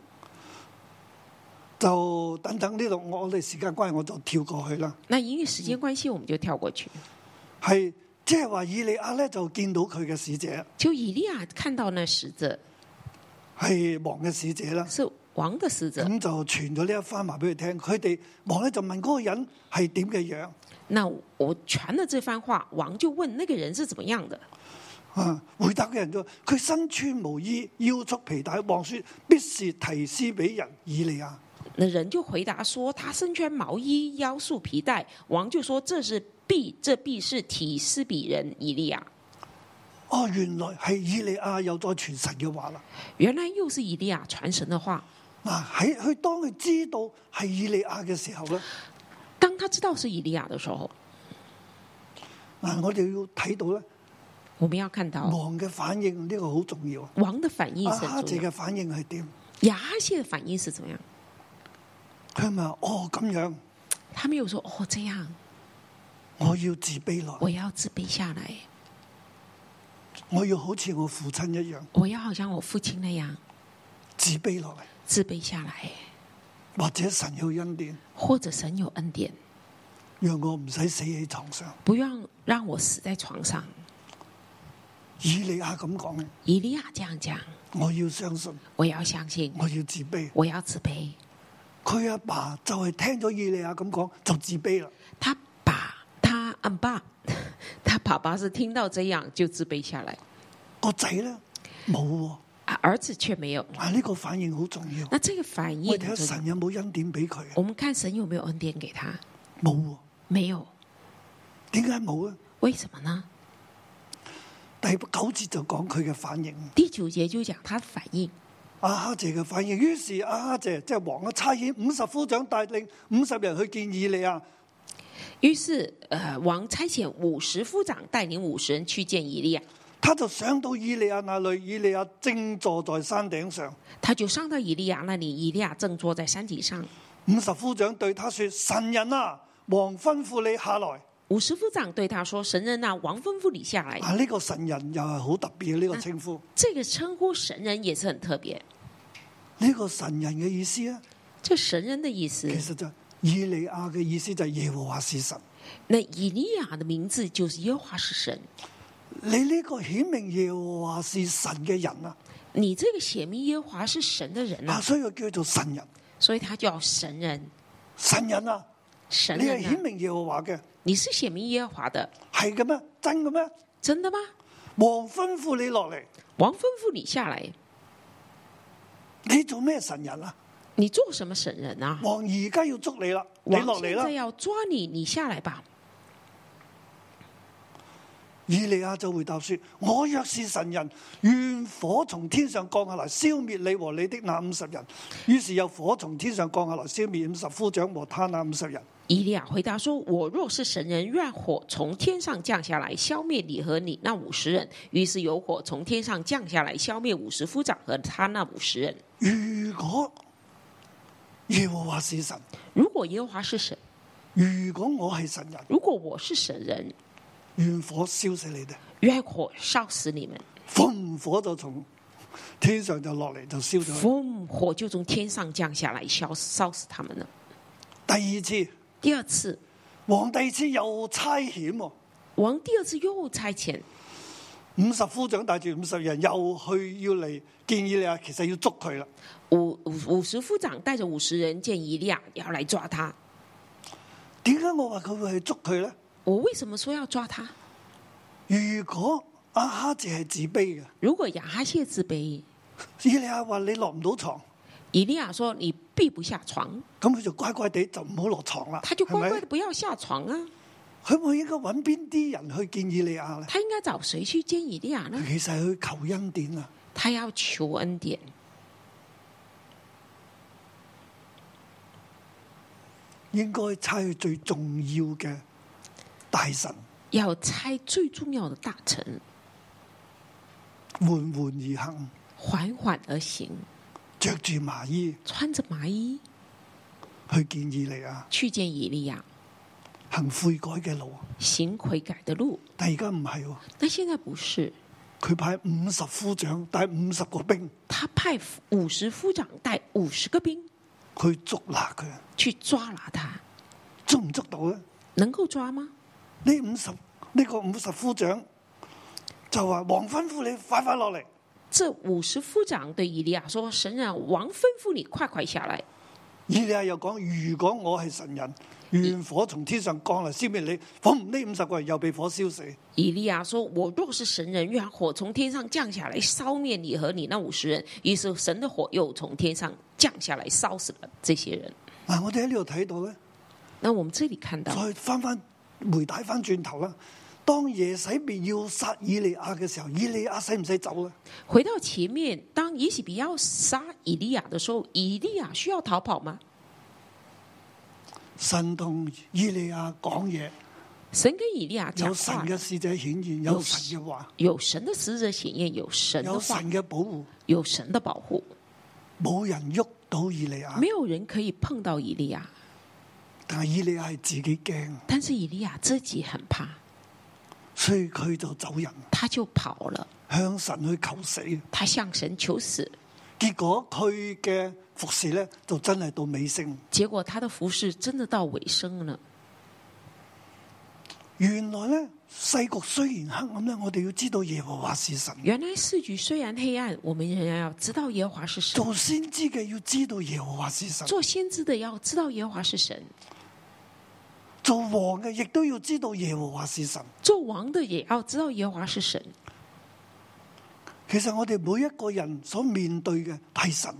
Speaker 2: 就等等呢度，我我哋時間關係我就跳過去啦。
Speaker 3: 那因为时间关系，我们就跳过去。
Speaker 2: 係即係話以利亞咧就見到佢嘅使者，
Speaker 3: 就以利亚看到那使者
Speaker 2: 係王嘅使者啦。
Speaker 3: 是王的使者，
Speaker 2: 咁就傳咗呢一番話俾佢聽，佢哋王咧就問嗰個人係點嘅樣
Speaker 3: 那我传了这番话，王就问那个人是怎么样的。
Speaker 2: 啊！回答嘅人就話佢身穿毛衣，腰束皮帶。王說必是提斯比人以利亞。
Speaker 3: 那人就回答说：“他身穿毛衣，腰束皮带。”王就说：“这是必，这必是提斯比人以利亚。
Speaker 2: 哦，原來係以利亞又再傳神嘅話啦。
Speaker 3: 原来又是以利亚传神的话。
Speaker 2: 嗱，啊喺佢當佢知道係以利亞嘅時候咧，
Speaker 3: 当他知道是以利亚的时候，
Speaker 2: 嗱，啊我哋要睇到咧
Speaker 3: 我们要看到
Speaker 2: 王嘅反應，呢、個好重要啊。
Speaker 3: 王的反应
Speaker 2: 阿
Speaker 3: 是
Speaker 2: 哈
Speaker 3: 很
Speaker 2: 謝
Speaker 3: 重要。
Speaker 2: 嘅反應係點？
Speaker 3: 亚哈谢的反应是怎么样？
Speaker 2: 佢咪話哦咁樣，
Speaker 3: 他没有说哦这样，
Speaker 2: 我要自卑落，
Speaker 3: 我要自卑下来，
Speaker 2: 我要好似我父親一樣
Speaker 3: 我要好像我父亲那样
Speaker 2: 自卑落嚟，
Speaker 3: 自卑下来，
Speaker 2: 或者神有恩典，
Speaker 3: 或者神有恩典，
Speaker 2: 讓我唔使死喺床上。
Speaker 3: 不让让我死在床上。
Speaker 2: 以利亞咁講嘅，
Speaker 3: 以利亚这样讲，
Speaker 2: 我要相信，
Speaker 3: 我要相信，
Speaker 2: 我要自卑。
Speaker 3: 我要自卑。
Speaker 2: 佢阿爸就係聽咗以利亞咁講，就自卑啦。
Speaker 3: 他爸，他嗯爸，他爸爸是听到这样就自卑下来。
Speaker 2: 個仔咧冇喎。啊
Speaker 3: 啊儿子却没有。
Speaker 2: 嗱，呢個反應好重要。
Speaker 3: 那这个反应
Speaker 2: 我哋睇下
Speaker 3: 很重要，
Speaker 2: 神有冇恩典俾佢啊？
Speaker 3: 我们看神有没有恩典给他？
Speaker 2: 冇喎，
Speaker 3: 没有，
Speaker 2: 點解冇啊？
Speaker 3: 为什么呢？
Speaker 2: 第九節就講佢嘅反應。
Speaker 3: 第九节就讲他的反应。
Speaker 2: 阿哈謝嘅反應，於是阿哈謝即係王啊，差遣五十夫長帶領五十人去見以利亞。
Speaker 3: 于是，呃，王差遣五十夫长带领五十人去见以利亚，
Speaker 2: 他就上到以利亞那裏，以利亞正坐在山頂上。
Speaker 3: 他就上到以利亚那里，以利亚正坐在山脊上。
Speaker 2: 五十夫長對他說：神人啊，王吩咐你下來。
Speaker 3: 五十夫长对他说：“神人呐、王吩咐你下来。
Speaker 2: 啊，呢、個神人又係好特別嘅呢、個稱呼。”
Speaker 3: 这个称呼神人也是很特别。
Speaker 2: 呢、個神人嘅意思咧，
Speaker 3: 这神人的意思
Speaker 2: 其，實就係以利亞嘅意思就係耶和華是神。
Speaker 3: 那以利亚的名字就是耶和华是神。
Speaker 2: 你呢個顯明耶和華是神嘅人啊，
Speaker 3: 你这个写明耶和华是神的人
Speaker 2: 啊，
Speaker 3: 啊，
Speaker 2: 所以佢叫做神人。
Speaker 3: 所以他叫神人。
Speaker 2: 神人啊，
Speaker 3: 神
Speaker 2: 你係
Speaker 3: 人、
Speaker 2: 顯
Speaker 3: 啊，
Speaker 2: 明耶和華嘅，
Speaker 3: 你是写明耶和华的，
Speaker 2: 係嘅咩？真嘅咩？
Speaker 3: 真的吗？
Speaker 2: 王吩咐你落嚟，
Speaker 3: 王吩咐你下来，
Speaker 2: 你做咩神人啊？
Speaker 3: 你做什么神人啊？
Speaker 2: 王而家要捉你啦，你
Speaker 3: 王
Speaker 2: 落嚟
Speaker 3: 现
Speaker 2: 啦
Speaker 3: 在！要抓你，你下来吧。
Speaker 2: 以利亞就回答說：我若是神人，願火從天上降下來，消滅你和你的那五十人。於是有火從天上降下來，消滅五十夫長和他那五十人。
Speaker 3: 以利亚回答说：“我若是神人，愿火从天上降下来，消灭你和你那五十人。”于是有火从天上降下来，消灭五十夫长和他那五十人。
Speaker 2: 如果耶和華是神，
Speaker 3: 如果耶和华是神，
Speaker 2: 如果我係神人，
Speaker 3: 如果我是神人，
Speaker 2: 願火燒死你哋。
Speaker 3: 愿火烧死你们，
Speaker 2: 風火就從天上就落嚟就燒咗佢。
Speaker 3: 风火就从天上降下来，烧烧死他们了。
Speaker 2: 第二次，
Speaker 3: 第二次，
Speaker 2: 王第二次又差遣喎。
Speaker 3: 王第二次又差遣
Speaker 2: 五十夫長帶住五十人又去要嚟建議你啊，其實要捉佢啦。
Speaker 3: 五五五十夫长带着五十人见以利亚，要来抓他。
Speaker 2: 點解我話佢會去捉佢呢？
Speaker 3: 我为什么说要抓他？
Speaker 2: 如果阿哈謝係自卑嘅，
Speaker 3: 如果亚哈谢自卑，
Speaker 2: 以利亞話你落唔到床，
Speaker 3: 以利亚说：“你必不下床。”
Speaker 2: 咁佢就乖乖地就唔好落床啦。
Speaker 3: 他就乖乖
Speaker 2: 係咪
Speaker 3: 的不要下床啊！
Speaker 2: 佢會應該揾邊啲人去建議利亞呢？
Speaker 3: 他应该找谁去见以利亚呢？
Speaker 2: 其實係去求恩典啊！
Speaker 3: 他要求恩典。
Speaker 2: 應該差去最重要嘅大臣，
Speaker 3: 要猜最重要的大臣，
Speaker 2: 緩緩而行，
Speaker 3: 缓缓而行，
Speaker 2: 着住麻衣
Speaker 3: 穿着麻衣
Speaker 2: 去建議利亞，
Speaker 3: 去见以利亚，
Speaker 2: 行悔改嘅路。
Speaker 3: 行悔改的路。
Speaker 2: 但而家唔係喎，
Speaker 3: 但现在不是，
Speaker 2: 佢派五十夫長帶五十個兵
Speaker 3: 他派五十夫长带五十个兵
Speaker 2: 去捉拿佢，
Speaker 3: 去抓拿他，
Speaker 2: 捉唔捉到咧？
Speaker 3: 能够抓吗？
Speaker 2: 呢五十呢個五十夫長就話王吩咐你快快落嚟，
Speaker 3: 这五十夫长对以利亚说：“神啊，王吩咐你快快下来。
Speaker 2: 以利亞又講：如果我係神人，願火從天上降嚟消滅你，ผม呢五十個人又被火燒死。”
Speaker 3: 以利亚说：“我若是神人，愿火从天上降下来，烧灭你和你那五十人。”于是神的火又从天上降下来，烧死了这些人。
Speaker 2: 嗱，我哋喺呢度睇到咧，
Speaker 3: 那我们这里看到，
Speaker 2: 再翻翻回帶翻轉頭啦。當耶洗別要殺以利亞嘅時候，以利亞使唔使走咧？
Speaker 3: 回到前面，当耶洗比要杀以利亚的时候，以利亚需要逃跑吗？
Speaker 2: 神同以利亞講嘢，
Speaker 3: 神跟以利亚
Speaker 2: 有
Speaker 3: 讲
Speaker 2: 神
Speaker 3: 话，
Speaker 2: 嘅使者顯現，有神嘅話，
Speaker 3: 有神的使者显现，有神的
Speaker 2: 有
Speaker 3: 话，
Speaker 2: 神嘅保護，
Speaker 3: 有神的保护，
Speaker 2: 冇人喐到以利亞
Speaker 3: 没。有人可以碰到以利亚。
Speaker 2: 但係以利亞係自己驚，
Speaker 3: 但是以利亚自己很怕，
Speaker 2: 所以佢就走人，
Speaker 3: 他就跑了，
Speaker 2: 向神去求死。
Speaker 3: 他向神求死。
Speaker 2: 結果佢嘅服侍咧就真係到尾聲。
Speaker 3: 结果他的服饰真的到尾声了。
Speaker 2: 原來咧世局雖然黑暗咧，我哋要知道耶和華是神。
Speaker 3: 原来市局虽然黑暗，我们仍然要知道耶和华是神。
Speaker 2: 做先知嘅要知道耶和華是神，
Speaker 3: 做先知的要知道耶和华是神，
Speaker 2: 做王嘅亦都要知道耶和華是神。
Speaker 3: 做王的也要知道耶和华是神。
Speaker 2: 其實我哋每一個人所面對嘅係神，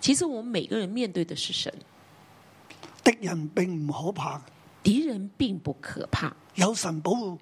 Speaker 3: 其实我们每个人面对的是神，
Speaker 2: 敵人並唔可怕，
Speaker 3: 敌人并不可怕，
Speaker 2: 有神保護，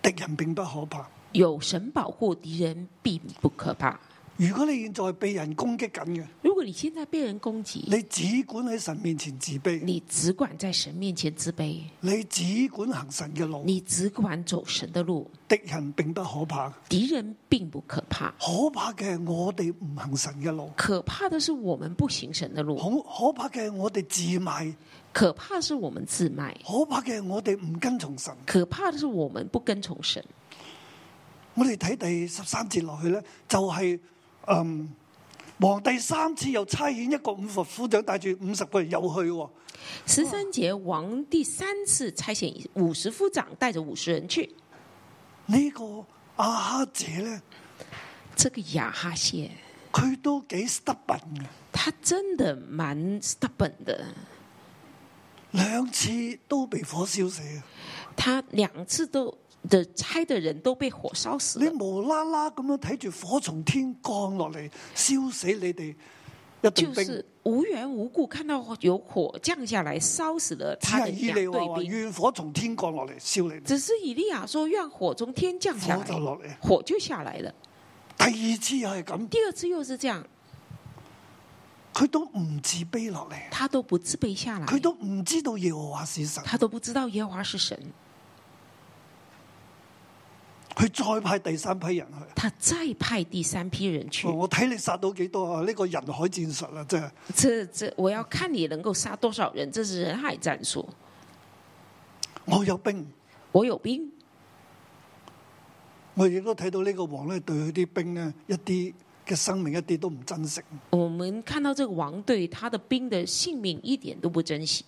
Speaker 2: 敵人並不可怕。
Speaker 3: 有神保护，敌人并不可怕。
Speaker 2: 如果你現在被人攻擊緊嘅，
Speaker 3: 如果你现在被人攻击，
Speaker 2: 你只管喺神面前自卑，
Speaker 3: 你只管在神面前自卑，
Speaker 2: 你只管行神嘅路，
Speaker 3: 你只管走神的路，
Speaker 2: 敵人並不可怕。
Speaker 3: 敌人并不可怕。
Speaker 2: 可怕嘅係我哋唔行神嘅路，
Speaker 3: 可怕的是我们不行神的路，
Speaker 2: 可可怕嘅係我哋自賣，
Speaker 3: 可怕的是我们自卖，
Speaker 2: 可怕嘅係我哋唔跟從神。
Speaker 3: 可怕的是我们不跟从神。
Speaker 2: 我哋睇第十三節落去咧，就係嗯，皇帝三次又差遣一個五十夫長帶住五十個人又去喎，
Speaker 3: 十三节，王第三次差遣五十夫长带着五十人去。
Speaker 2: 呢、個阿哈姐咧，
Speaker 3: 这个亚哈谢，
Speaker 2: 佢都幾 stubborn 嘅，
Speaker 3: 他真的蛮 stubborn 的，
Speaker 2: 兩次都被火燒死啊嘅。
Speaker 3: 他两次都的差的人都被火烧死
Speaker 2: 你
Speaker 3: 了。
Speaker 2: 無啦啦咁樣睇住火從天降落嚟，燒死你哋一隊
Speaker 3: 就
Speaker 2: 兵。
Speaker 3: 是无缘无故看到有火降下来，烧死了
Speaker 2: 只
Speaker 3: 他的
Speaker 2: 係以
Speaker 3: 两
Speaker 2: 利話
Speaker 3: 队
Speaker 2: 話
Speaker 3: 兵。
Speaker 2: 願火從天降落嚟燒你哋，
Speaker 3: 只是以利亚说：“愿火从天降下
Speaker 2: 火就
Speaker 3: 来，
Speaker 2: 落嚟。
Speaker 3: 火就下来了。
Speaker 2: 第二次又係咁，
Speaker 3: 第二次又是这样，
Speaker 2: 佢都唔自卑落嚟，
Speaker 3: 他都不自卑下来，
Speaker 2: 佢都唔知道耶和華是神。
Speaker 3: 嗯他都不知道耶和华是神。
Speaker 2: 佢再派第三批人去。
Speaker 3: 他再派第三批人去
Speaker 2: 哇，我睇你殺到幾多啊？呢、個人海戰術啊，真係
Speaker 3: 这这我要看你能够杀多少人，这是人海战术。
Speaker 2: 我有兵，
Speaker 3: 我有兵，
Speaker 2: 我亦都睇到呢個王咧對佢啲兵咧一啲嘅生命一啲都唔珍惜。
Speaker 3: 我们看到这个王对他的兵的性命一点都不珍惜。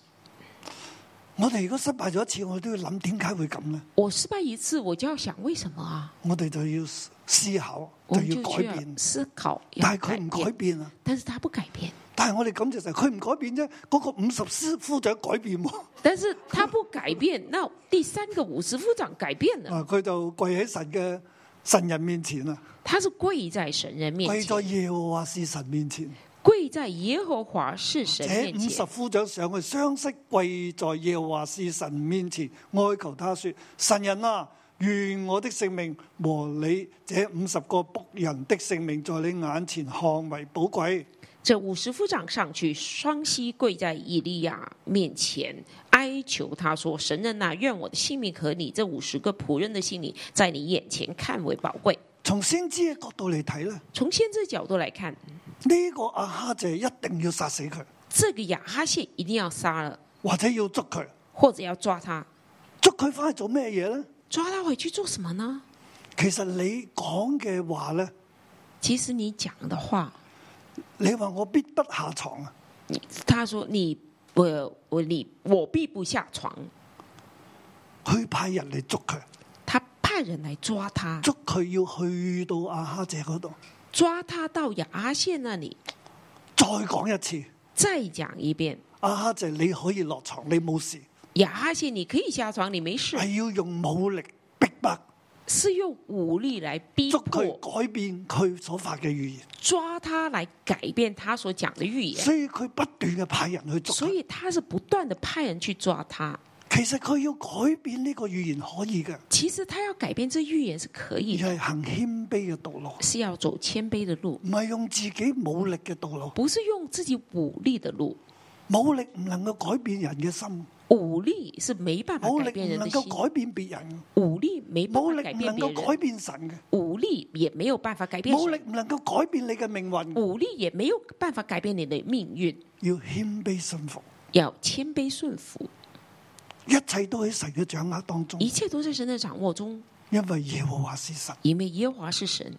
Speaker 2: 我哋如果失敗咗一次，我哋都要諗點解會咁呢？
Speaker 3: 我失败一次，我就要想为什么啊？
Speaker 2: 我哋就要思考，
Speaker 3: 我
Speaker 2: 就
Speaker 3: 们
Speaker 2: 要
Speaker 3: 就
Speaker 2: 改
Speaker 3: 需要
Speaker 2: 變。
Speaker 3: 思考，要
Speaker 2: 但係
Speaker 3: 改
Speaker 2: 佢唔改
Speaker 3: 变。
Speaker 2: 變啊！
Speaker 3: 但是他不改变，
Speaker 2: 但係我哋感謝就係佢唔改變啫，嗰、個五十師夫長改變喎，
Speaker 3: 但是他不改变，那第三个五十夫长改变了，
Speaker 2: 啊佢就跪喺神嘅神人面前啊，
Speaker 3: 他是跪在神人面
Speaker 2: 跪在
Speaker 3: 前，
Speaker 2: 耶和華是神面前。
Speaker 3: 跪在耶和华是神
Speaker 2: 這
Speaker 3: 面
Speaker 2: 五十
Speaker 3: 前。
Speaker 2: 夫長上去，相識跪在耶和華是神面前，哀求他說：神人啊，願我的性命和你這五十個仆人的性命，在你眼前看為寶貴。
Speaker 3: 这五十夫长上去，双膝跪在以利亚面前，哀求他说：“神人呐、愿我的性命和你这五十个仆人的性命，在你眼前看为宝贵。
Speaker 2: 從先知嘅角度嚟睇咧，呢、”
Speaker 3: 从先知角度来看，
Speaker 2: 呢個阿哈謝一定要殺死佢，
Speaker 3: 这个亚哈谢一定要杀了，
Speaker 2: 或者要捉佢。
Speaker 3: 或者要抓他。
Speaker 2: 捉佢翻去做咩嘢呢？
Speaker 3: 抓他回去做什么呢？
Speaker 2: 其實你講嘅話呢，
Speaker 3: 其实你讲的话，
Speaker 2: 你話我必不下床啊！
Speaker 3: 你他说你我我你我必不下床，
Speaker 2: 去派人嚟捉佢，
Speaker 3: 他派人来抓他，
Speaker 2: 捉佢要去到阿哈謝嗰度，
Speaker 3: 抓他到亚哈谢那里。
Speaker 2: 再講一次。
Speaker 3: 再讲一遍，
Speaker 2: 阿哈謝你可以落床，你冇事，
Speaker 3: 亚哈谢你可以下床，你没事。
Speaker 2: 係要用武力逼迫
Speaker 3: 是用武力来逼
Speaker 2: 捉佢，
Speaker 3: 迫、
Speaker 2: 改變佢所發嘅語言，
Speaker 3: 抓他来改变他所讲的预言，
Speaker 2: 所以佢不斷嘅派人去捉
Speaker 3: 所
Speaker 2: 佢。
Speaker 3: 以他是不断的派人去抓他。
Speaker 2: 其實佢要改變呢個語言可以嘅，
Speaker 3: 其实他要改变这预言是可以的，
Speaker 2: 而係行謙卑嘅道路，
Speaker 3: 是要走谦卑的路，
Speaker 2: 唔係用自己武力嘅道路。
Speaker 3: 不是用自己武力的路。
Speaker 2: 武力唔能夠改變人嘅心。
Speaker 3: 武力是没办法
Speaker 2: 武力
Speaker 3: 改变
Speaker 2: 唔
Speaker 3: 人
Speaker 2: 能
Speaker 3: 的
Speaker 2: 夠
Speaker 3: 心，
Speaker 2: 改變別人，
Speaker 3: 武力没办
Speaker 2: 武
Speaker 3: 法
Speaker 2: 力
Speaker 3: 改
Speaker 2: 唔
Speaker 3: 变
Speaker 2: 能
Speaker 3: 别
Speaker 2: 夠改
Speaker 3: 人，
Speaker 2: 變神
Speaker 3: 武力也没有办法改
Speaker 2: 嘅，
Speaker 3: 变
Speaker 2: 武力
Speaker 3: 谁，
Speaker 2: 唔能夠改變你嘅命運，
Speaker 3: 武力也没有办法改变你的命运。
Speaker 2: 要謙卑信服，
Speaker 3: 要谦卑顺服，
Speaker 2: 嗯一切都喺神嘅掌握當中
Speaker 3: 一，切都在神的掌握中，
Speaker 2: 因為耶和華是神。
Speaker 3: 因为耶和华是神。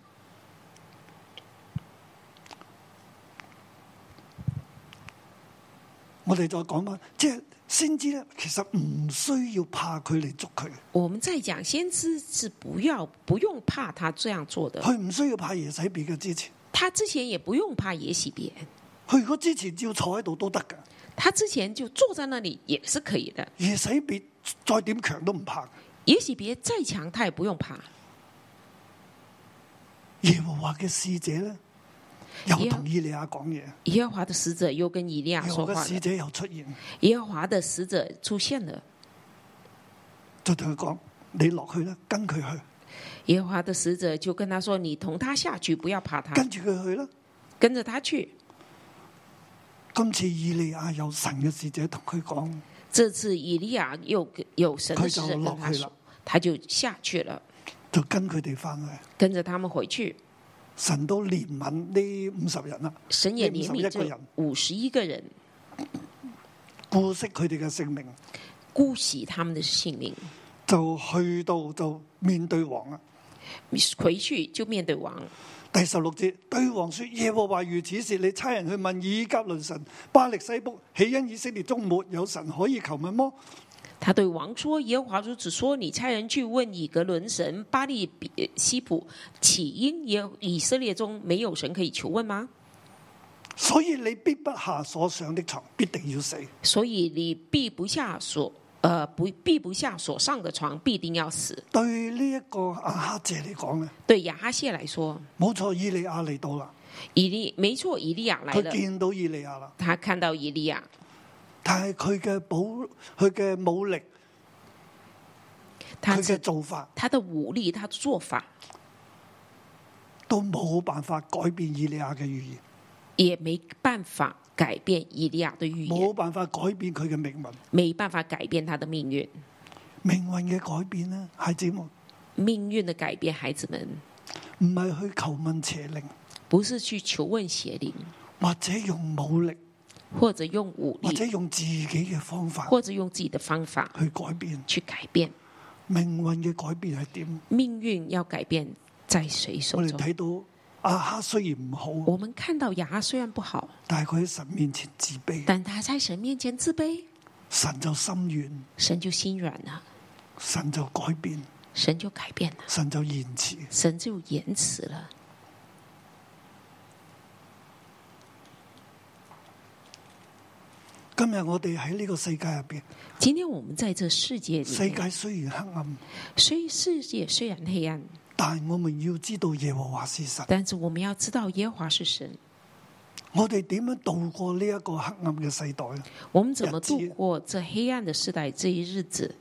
Speaker 2: 我哋再講翻，即係先知咧，其實唔需要怕佢嚟捉佢，
Speaker 3: 我们在讲先知是不要不用怕他这样做的，
Speaker 2: 佢唔需要怕耶洗別嘅之前，
Speaker 3: 他之前也不用怕耶洗别人，
Speaker 2: 佢如果之前照坐喺度都得㗎。
Speaker 3: 他之前就坐在那里也是可以的。
Speaker 2: 耶洗別再點強都唔怕，
Speaker 3: 耶洗别再强，他也不用怕。
Speaker 2: 耶和華嘅使者咧，又同以利亞講嘢，
Speaker 3: 耶和华的使者又跟以利亚
Speaker 2: 耶
Speaker 3: 说
Speaker 2: 和華
Speaker 3: 话
Speaker 2: 嘅
Speaker 3: 了
Speaker 2: 使。者又出現，
Speaker 3: 耶和华的使者出现了，
Speaker 2: 就同佢講：你落去啦，跟佢去，
Speaker 3: 耶和华的使者就跟他说：“你同他下去，不要怕他，
Speaker 2: 跟住佢去啦。
Speaker 3: 跟着他去。
Speaker 2: 今次以利亞有神嘅使者同佢講，”
Speaker 3: 这次以利亚又跟有神的使者跟
Speaker 2: 他就
Speaker 3: 他
Speaker 2: 落去了
Speaker 3: 说，他就下去了，
Speaker 2: 就跟佢哋翻去。
Speaker 3: 跟着他们回去。
Speaker 2: 神都憐憫呢五十人啦，
Speaker 3: 神也
Speaker 2: 呢51
Speaker 3: 怜悯
Speaker 2: 个人
Speaker 3: 这五十一个人，
Speaker 2: 顧惜佢哋嘅性命，
Speaker 3: 顾惜他们的性命，
Speaker 2: 就去到就面對王啦。
Speaker 3: 回去就面对王。
Speaker 2: 第十六節，對王說：耶和華如此說，你差人去問以甲倫神巴力西卜，岂因以色列中沒有神可以求問麼？
Speaker 3: 他对王说：“耶和华如此说，你差人去问以格伦神巴利比西普，岂因耶以色列中没有神可以求问吗？
Speaker 2: 所以你必不下所上的床，必定要死。
Speaker 3: 所以你必不下所呃不必不下所上的床，必定要死。
Speaker 2: 對呢一個阿哈謝嚟講咧，”
Speaker 3: 对亚哈谢来说，
Speaker 2: 冇錯，以利亞嚟到啦，
Speaker 3: 以利没错，以利亚来
Speaker 2: 佢
Speaker 3: 了，
Speaker 2: 見到以利亞啦，
Speaker 3: 他看到以利亚，
Speaker 2: 但係佢嘅保佢嘅武力，
Speaker 3: 他
Speaker 2: 佢嘅
Speaker 3: 是
Speaker 2: 做法
Speaker 3: 他的武力，他的做法
Speaker 2: 都冇辦法改變以利亞嘅預言，
Speaker 3: 也没办法改变以利亚的预言，
Speaker 2: 冇辦法改變佢嘅命運。
Speaker 3: 没办法改变他的命运。
Speaker 2: 命運嘅改變咧，孩子們
Speaker 3: 命运的改变，孩子们
Speaker 2: 唔係去求問邪靈，
Speaker 3: 不是去求问邪灵。
Speaker 2: 或者用武力，
Speaker 3: 或者用武
Speaker 2: 或者
Speaker 3: 力，
Speaker 2: 用自己嘅方法
Speaker 3: 或者用自己的方法
Speaker 2: 去改變
Speaker 3: 去改变
Speaker 2: 命運嘅改變係點？
Speaker 3: 命运。要改变在谁手
Speaker 2: 我哋
Speaker 3: 中？
Speaker 2: 睇到阿哈雖然唔好，
Speaker 3: 我们看到亚哈虽然不好，
Speaker 2: 但係佢喺神面前自卑。
Speaker 3: 但他在神面前自卑，
Speaker 2: 神就心軟，
Speaker 3: 神就心软了，
Speaker 2: 神就改變，
Speaker 3: 神就改变了，
Speaker 2: 神就延遲。
Speaker 3: 神就延迟了。
Speaker 2: 今日我哋喺呢個世界入边，
Speaker 3: 今天我们在这世界里
Speaker 2: 世
Speaker 3: 面，
Speaker 2: 界雖然黑暗，
Speaker 3: 虽世界虽然黑暗，
Speaker 2: 但我們要知道耶和華是神。
Speaker 3: 但是我们要知道耶和华是神。
Speaker 2: 我哋點樣度過呢一個黑暗嘅世代咧？
Speaker 3: 我们怎么度
Speaker 2: 日子
Speaker 3: 过这黑暗的时代这一日子？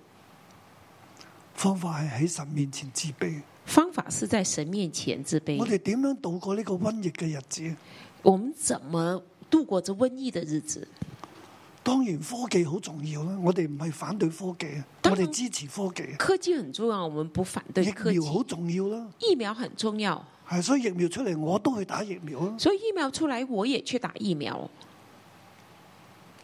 Speaker 2: 方法係喺神面前自卑。
Speaker 3: 方法是在神面前自卑
Speaker 2: 我。哋點樣度過呢個瘟疫嘅日子？
Speaker 3: 我们怎么度过这瘟疫的日子？
Speaker 2: 當然科技好重要啦，我哋唔係反對科技，
Speaker 3: 當
Speaker 2: 我
Speaker 3: 然
Speaker 2: 哋支持科技，
Speaker 3: 科技很重要，我们不反对科
Speaker 2: 疫
Speaker 3: 技
Speaker 2: 苗。好重要啦。
Speaker 3: 疫苗很重要，
Speaker 2: 係，所以疫苗出嚟我都去打疫苗啦，
Speaker 3: 所以疫苗出来我也去打疫苗，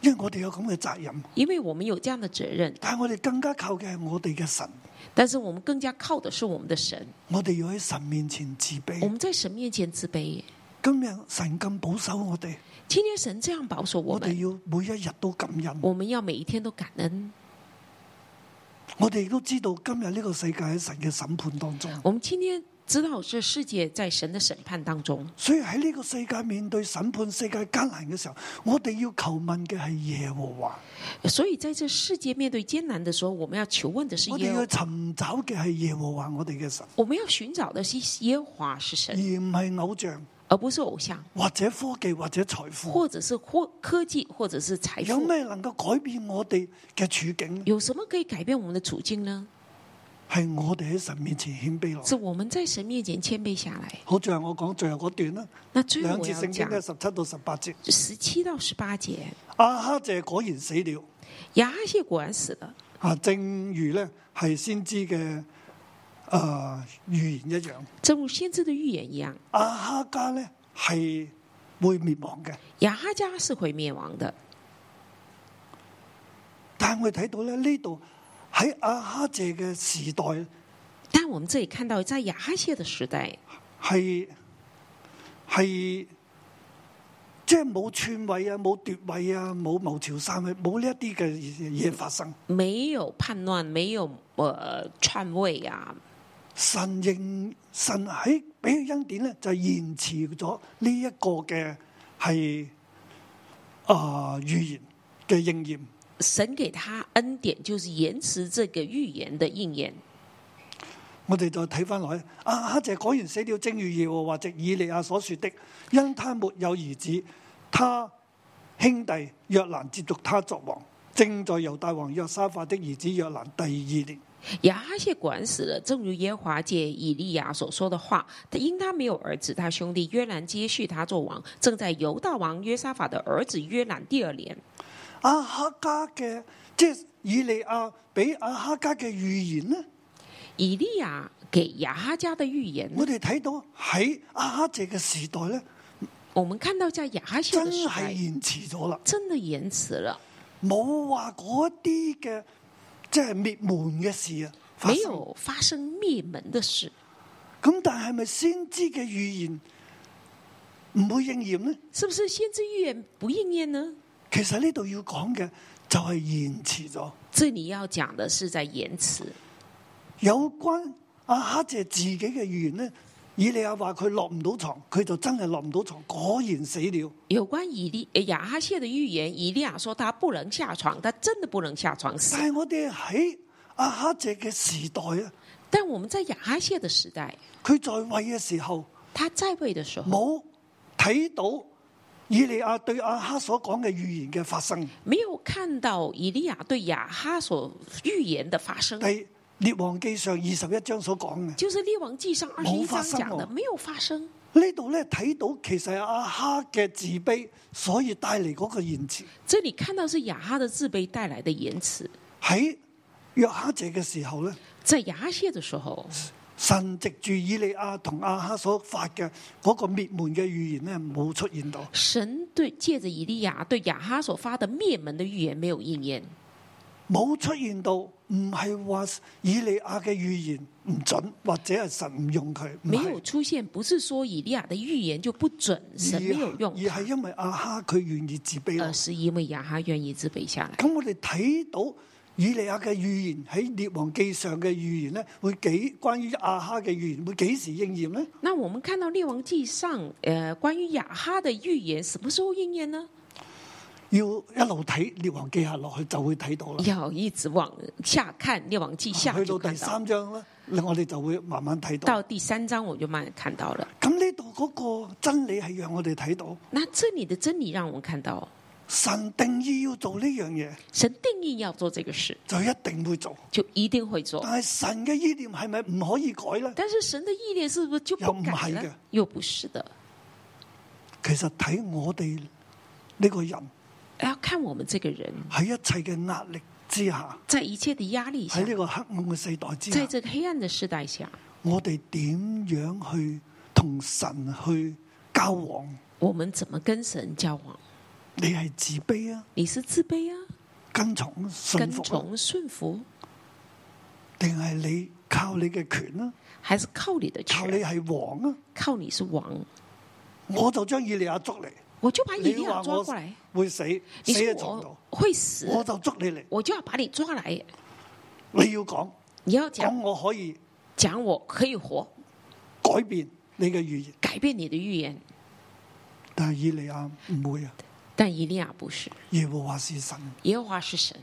Speaker 2: 因為我哋有咁嘅責任。
Speaker 3: 因为我们有这样的责任。
Speaker 2: 但係我哋更加靠嘅係我哋嘅神，
Speaker 3: 但是我们更加靠的是我们的神，
Speaker 2: 我哋要喺神面前自
Speaker 3: 我
Speaker 2: 卑。
Speaker 3: 们在神面前自卑。
Speaker 2: 今日神咁保守我哋，
Speaker 3: 今天神这样保守我
Speaker 2: 我哋
Speaker 3: 们，
Speaker 2: 要每一日都感恩。
Speaker 3: 我们要每一天都感恩。
Speaker 2: 我哋亦都知道今日呢個世界喺神嘅審判當中，
Speaker 3: 我们今天知道这世界在神的审判当中，
Speaker 2: 所以喺呢個世界面對審判、世界艱難嘅時候，我哋要求問嘅係耶和華，
Speaker 3: 所以在这世界面对艰难的时候，我们要求问的是
Speaker 2: 我
Speaker 3: 耶
Speaker 2: 哋
Speaker 3: 和
Speaker 2: 要，尋找嘅係耶和華，我哋嘅神，
Speaker 3: 我们要寻找的是耶和华是
Speaker 2: 而
Speaker 3: 神，
Speaker 2: 唔係偶像
Speaker 3: 而不是偶像，
Speaker 2: 或者科技或者財富。
Speaker 3: 或者是科科技，或者是财
Speaker 2: 有
Speaker 3: 富。
Speaker 2: 咩能夠改變我哋嘅處境？
Speaker 3: 有什么可以改变我们的处境呢？
Speaker 2: 係我哋喺神面前謙卑落嚟
Speaker 3: 是。我们在神面前谦卑下来。
Speaker 2: 好，最後我講最後嗰段啦，
Speaker 3: 那最后
Speaker 2: 兩
Speaker 3: 我
Speaker 2: 節
Speaker 3: 要
Speaker 2: 聖經
Speaker 3: 讲
Speaker 2: 嘅十七到十八節。
Speaker 3: 十七到十八节，
Speaker 2: 阿哈謝果然死了，
Speaker 3: 亚哈谢果然死了，
Speaker 2: 啊，正如咧係先知嘅啊預言一樣，
Speaker 3: 正如先知的预言一样，
Speaker 2: 阿哈家咧係會滅亡嘅。
Speaker 3: 亚哈家是会灭亡的。
Speaker 2: 但係我哋睇到咧呢度喺阿哈謝嘅時代
Speaker 3: 但我们这里看到，在亚哈谢的时代，
Speaker 2: 係係即係冇篡位啊，冇奪位啊，冇謀朝篡位，冇呢一啲嘅嘢發生。
Speaker 3: 没有叛乱，没有呃篡位啊，
Speaker 2: 神認神喺俾佢恩典咧，就延遲咗呢一個嘅係啊預言嘅應驗。
Speaker 3: 神给他恩典，就是延迟这个预言的应验。
Speaker 2: 我哋再睇翻落去，阿哈謝果然死了，正如耶和華藉以利亞所說的，因他沒有兒子，他兄弟約蘭接續他作王，正在猶大王約沙法的兒子約蘭第二年。
Speaker 3: 亚哈谢果然死了，正如耶和华借以利亚所说的话。他因他没有儿子，他兄弟约兰接续他做王，正在犹大王约沙法的儿子约兰第二年。
Speaker 2: 阿哈家嘅即係以利亞俾阿哈家嘅預言呢，
Speaker 3: 以利亚给亚哈家的预言，
Speaker 2: 我哋睇到喺阿哈謝嘅時代呢，
Speaker 3: 我们看到在亚哈谢
Speaker 2: 真
Speaker 3: 的时
Speaker 2: 係
Speaker 3: 代
Speaker 2: 延遲咗啦，
Speaker 3: 真的延迟了，
Speaker 2: 冇話嗰啲嘅即係滅門嘅事啊發
Speaker 3: 没
Speaker 2: 生。
Speaker 3: 有发生灭门的事。
Speaker 2: 咁但係咪先知嘅預言唔會應驗呢？
Speaker 3: 是不是先知预言不应验呢？
Speaker 2: 其實呢度要講嘅就係延遲咗，
Speaker 3: 这里要讲的是在延迟。
Speaker 2: 有關阿哈謝自己嘅預言呢，以利亞話佢落唔到床，佢就真係落唔到床，果然死了。
Speaker 3: 有关以利呃亚哈谢的预言，以利亚说他不能下床，他真的不能下床死。
Speaker 2: 但係我哋喺阿哈謝嘅時代啊，
Speaker 3: 但我们在亚哈谢的时代，
Speaker 2: 佢在位嘅時候
Speaker 3: 他在位的时候，
Speaker 2: 冇睇到以利亞對阿哈所講嘅預言嘅發生。
Speaker 3: 没有看到以利亚对亚哈所预言的发生，
Speaker 2: 第列王記上二十一章所講嘅。
Speaker 3: 就是列王记上二十一
Speaker 2: 冇发
Speaker 3: 章
Speaker 2: 生
Speaker 3: 讲的，
Speaker 2: 哦
Speaker 3: 没有发生。
Speaker 2: 呢度咧睇到其實係阿哈嘅自卑，所以帶嚟嗰個延遲。
Speaker 3: 这里看到是亚哈的自卑带来的延迟。
Speaker 2: 喺約哈謝嘅時候咧，
Speaker 3: 在亚哈谢的时候，
Speaker 2: 神藉住以利亞同阿哈所發嘅嗰個滅門嘅預言咧，冇出現到。
Speaker 3: 神对借着以利亚对亚哈所发的灭门的预言没有应验，
Speaker 2: 冇出現到，唔係話以利亞嘅預言唔準，或者係神唔用佢，唔
Speaker 3: 没有
Speaker 2: 係
Speaker 3: 出现，不是说以利亚的预言就不准，神没有用啊
Speaker 2: 而係而
Speaker 3: 它
Speaker 2: 係，因為阿哈佢願意自卑咯
Speaker 3: 而。是因为亚哈愿意自卑下来。
Speaker 2: 咁我哋睇到以利亞嘅預言喺列王記上嘅預言咧，會幾關於阿哈嘅預言會幾時應驗咧？
Speaker 3: 那我们看到列王记上，呃，关于亚哈的预言什么时候应验呢？
Speaker 2: 要一路睇《列王記下》落去就會睇到啦。啊
Speaker 3: 要一直往下看列王记下
Speaker 2: 去
Speaker 3: 就
Speaker 2: 到第
Speaker 3: 看到，
Speaker 2: 三章咧，我哋就會慢慢睇到。
Speaker 3: 到第三章我就慢慢看到了。
Speaker 2: 咁呢度嗰個真理係讓我哋睇到，
Speaker 3: 那这里的真理让我们看到，
Speaker 2: 神定义要做呢樣嘢，
Speaker 3: 神定义要做这个事，
Speaker 2: 就一定會做。
Speaker 3: 就一定会做。
Speaker 2: 但係神嘅意念係咪唔可以改呢？
Speaker 3: 但是神的意念是不是就不
Speaker 2: 又
Speaker 3: 改
Speaker 2: 唔係嘅
Speaker 3: 了？又不是的，
Speaker 2: 其實睇我哋呢個人
Speaker 3: 要看我们这个人
Speaker 2: 喺一切嘅壓力之下，
Speaker 3: 在一切的压力下
Speaker 2: 喺，呢個黑暗嘅世代之
Speaker 3: 在
Speaker 2: 下，
Speaker 3: 这个黑暗的时代下，
Speaker 2: 我哋點樣去同神去交往？
Speaker 3: 我们怎么跟神交往？
Speaker 2: 你係自卑啊，
Speaker 3: 你是自卑啊，
Speaker 2: 跟從信
Speaker 3: 跟
Speaker 2: 服啊、
Speaker 3: 从顺服，
Speaker 2: 定係你靠你嘅權啊，
Speaker 3: 还是靠你的
Speaker 2: 靠你
Speaker 3: 权？
Speaker 2: 係王啊，
Speaker 3: 靠你是王，
Speaker 2: 我就將以利亞捉嚟，
Speaker 3: 我就把以利
Speaker 2: 你話
Speaker 3: 亚抓
Speaker 2: 我
Speaker 3: 过来。
Speaker 2: 會死，
Speaker 3: 你
Speaker 2: 死
Speaker 3: 说
Speaker 2: 都做唔到，
Speaker 3: 我会死，
Speaker 2: 我就捉你嚟，
Speaker 3: 我就要把你抓来。
Speaker 2: 你要講
Speaker 3: 你
Speaker 2: 講
Speaker 3: 要讲
Speaker 2: 我可以
Speaker 3: 讲，我可以活，
Speaker 2: 改變你嘅預言，
Speaker 3: 改变你的预言。
Speaker 2: 但係以利亞唔會啊，
Speaker 3: 但以利亚不是，
Speaker 2: 耶和華是神，
Speaker 3: 耶和华是神，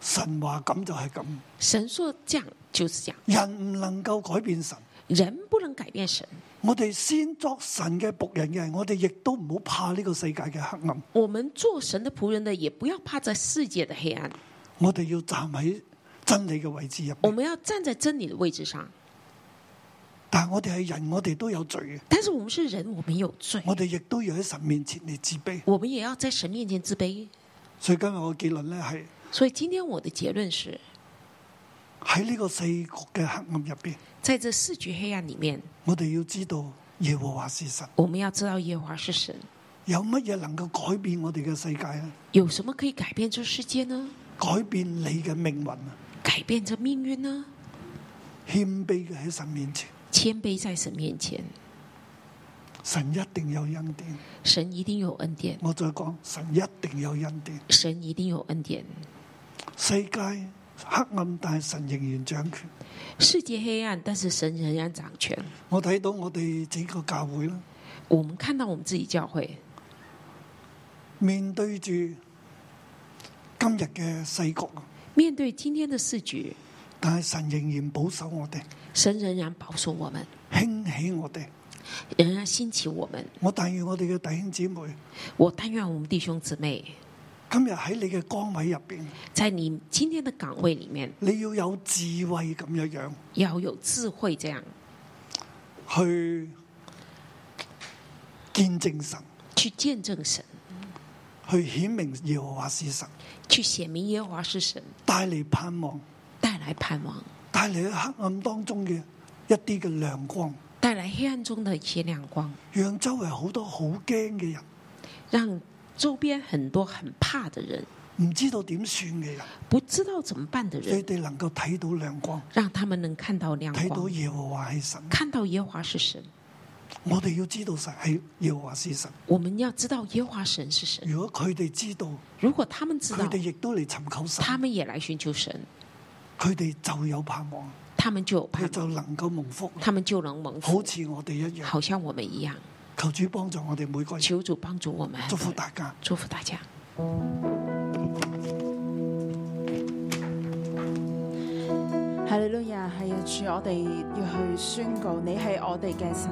Speaker 2: 神話咁就係咁，
Speaker 3: 神说这样就是这样，
Speaker 2: 人唔能夠改變神。
Speaker 3: 人不能改变神。
Speaker 2: 我哋先作神嘅仆人嘅，我哋亦都唔好怕呢個世界嘅黑暗。
Speaker 3: 我们做神的仆人的，也不要怕这世界的黑暗，
Speaker 2: 我哋要站喺真理嘅位置入
Speaker 3: 我
Speaker 2: 面。
Speaker 3: 们要站在真理的位置上。
Speaker 2: 但係我哋係人，我哋都有罪嘅，
Speaker 3: 但是我们是人，我们有罪，
Speaker 2: 我哋亦都要喺神面前嚟自卑。
Speaker 3: 我们也要在神面前自卑。
Speaker 2: 所以今日我嘅結論呢，係
Speaker 3: 所以今天我的结论是，
Speaker 2: 喺呢個世局嘅黑暗入邊，
Speaker 3: 在这四局黑暗里面，
Speaker 2: 我哋要知道耶和華是神。
Speaker 3: 我们要知道耶和华是神。
Speaker 2: 有乜嘢能夠改變我哋嘅世界呢？
Speaker 3: 有什么可以改变这世界呢？
Speaker 2: 改變你嘅命運啊！
Speaker 3: 改变这命运呢？
Speaker 2: 謙卑嘅喺神面前，
Speaker 3: 谦卑在神面前，
Speaker 2: 神一定有恩典。
Speaker 3: 神一定有恩典，
Speaker 2: 我再講，神一定有恩典。
Speaker 3: 神一定有恩典。
Speaker 2: 世界黑暗，但系神仍然掌權。
Speaker 3: 世界黑暗，但是神仍然掌权。
Speaker 2: 我睇到我哋整個教會啦，
Speaker 3: 我们看到我们自己教会
Speaker 2: 面對住今日嘅世局，啊
Speaker 3: 面对今天的世局，
Speaker 2: 但係神仍然保守我哋，
Speaker 3: 神仍然保守我们，
Speaker 2: 興起我哋。
Speaker 3: 仍然兴起我们。
Speaker 2: 我但願我哋嘅弟兄姊妹，
Speaker 3: 我但愿我们弟兄姊妹，
Speaker 2: 今日喺你嘅崗位入邊，
Speaker 3: 在你今天的岗位里面，
Speaker 2: 你要有智慧咁樣樣
Speaker 3: 要有智慧，这样
Speaker 2: 去見證神，
Speaker 3: 去见证神，
Speaker 2: 去顯明耶和華是神，
Speaker 3: 去显明耶和华是神，
Speaker 2: 帶嚟盼望，
Speaker 3: 带来盼望，
Speaker 2: 帶嚟喺黑暗當中嘅一啲嘅亮光，
Speaker 3: 带来黑暗中的一些亮光，
Speaker 2: 讓周圍好多好驚嘅人。
Speaker 3: 让周边很多很怕的人、
Speaker 2: 唔知道點算嘅人，
Speaker 3: 不知道怎么办的
Speaker 2: 佢
Speaker 3: 人，
Speaker 2: 哋能夠睇到亮光，
Speaker 3: 让他们能看到亮
Speaker 2: 睇到
Speaker 3: 光，
Speaker 2: 耶和華係神。
Speaker 3: 看到耶和华是神。
Speaker 2: 我哋要知道神係耶和華是神。
Speaker 3: 我们要知道耶和华神是神。
Speaker 2: 如果佢哋知道，
Speaker 3: 如果他们知
Speaker 2: 佢
Speaker 3: 道
Speaker 2: 哋，亦都嚟尋求神，
Speaker 3: 他们也来寻求神，
Speaker 2: 佢哋就有盼望，
Speaker 3: 他们就有
Speaker 2: 佢
Speaker 3: 盼望，
Speaker 2: 就能夠蒙福，
Speaker 3: 他们就能蒙
Speaker 2: 好
Speaker 3: 福，
Speaker 2: 似我哋一樣。
Speaker 3: 好像我们一样。
Speaker 2: 求主幫助我哋每個人，
Speaker 3: 求主帮助我们，
Speaker 2: 祝福大家。
Speaker 3: 祝福大家。
Speaker 4: 哈利路亚，系啊，主，我哋要去宣告，你系我哋嘅神，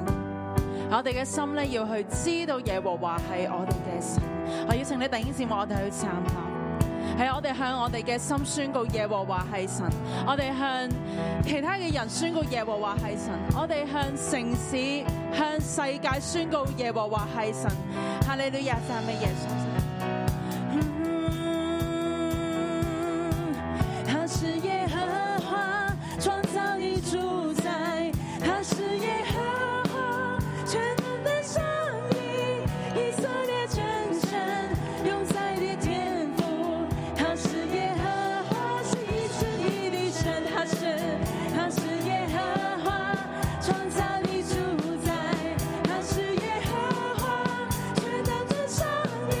Speaker 4: 我哋嘅心咧要去知道耶和華係我哋嘅神。我邀請你弟兄姊妹，我哋去站立，係啊我哋向我哋嘅心宣告耶和華係神，我哋向其他嘅人宣告耶和華係神，我哋向城市、向世界宣告耶和華係神。哈利路亞，讚美耶穌。嗯他是耶和华创造的主宰，他是耶和华全能的上帝，以色列真神永在的天赋。他是耶和华是一次一的神，他是他是耶和华创造的主宰，他是耶和华全能的上帝。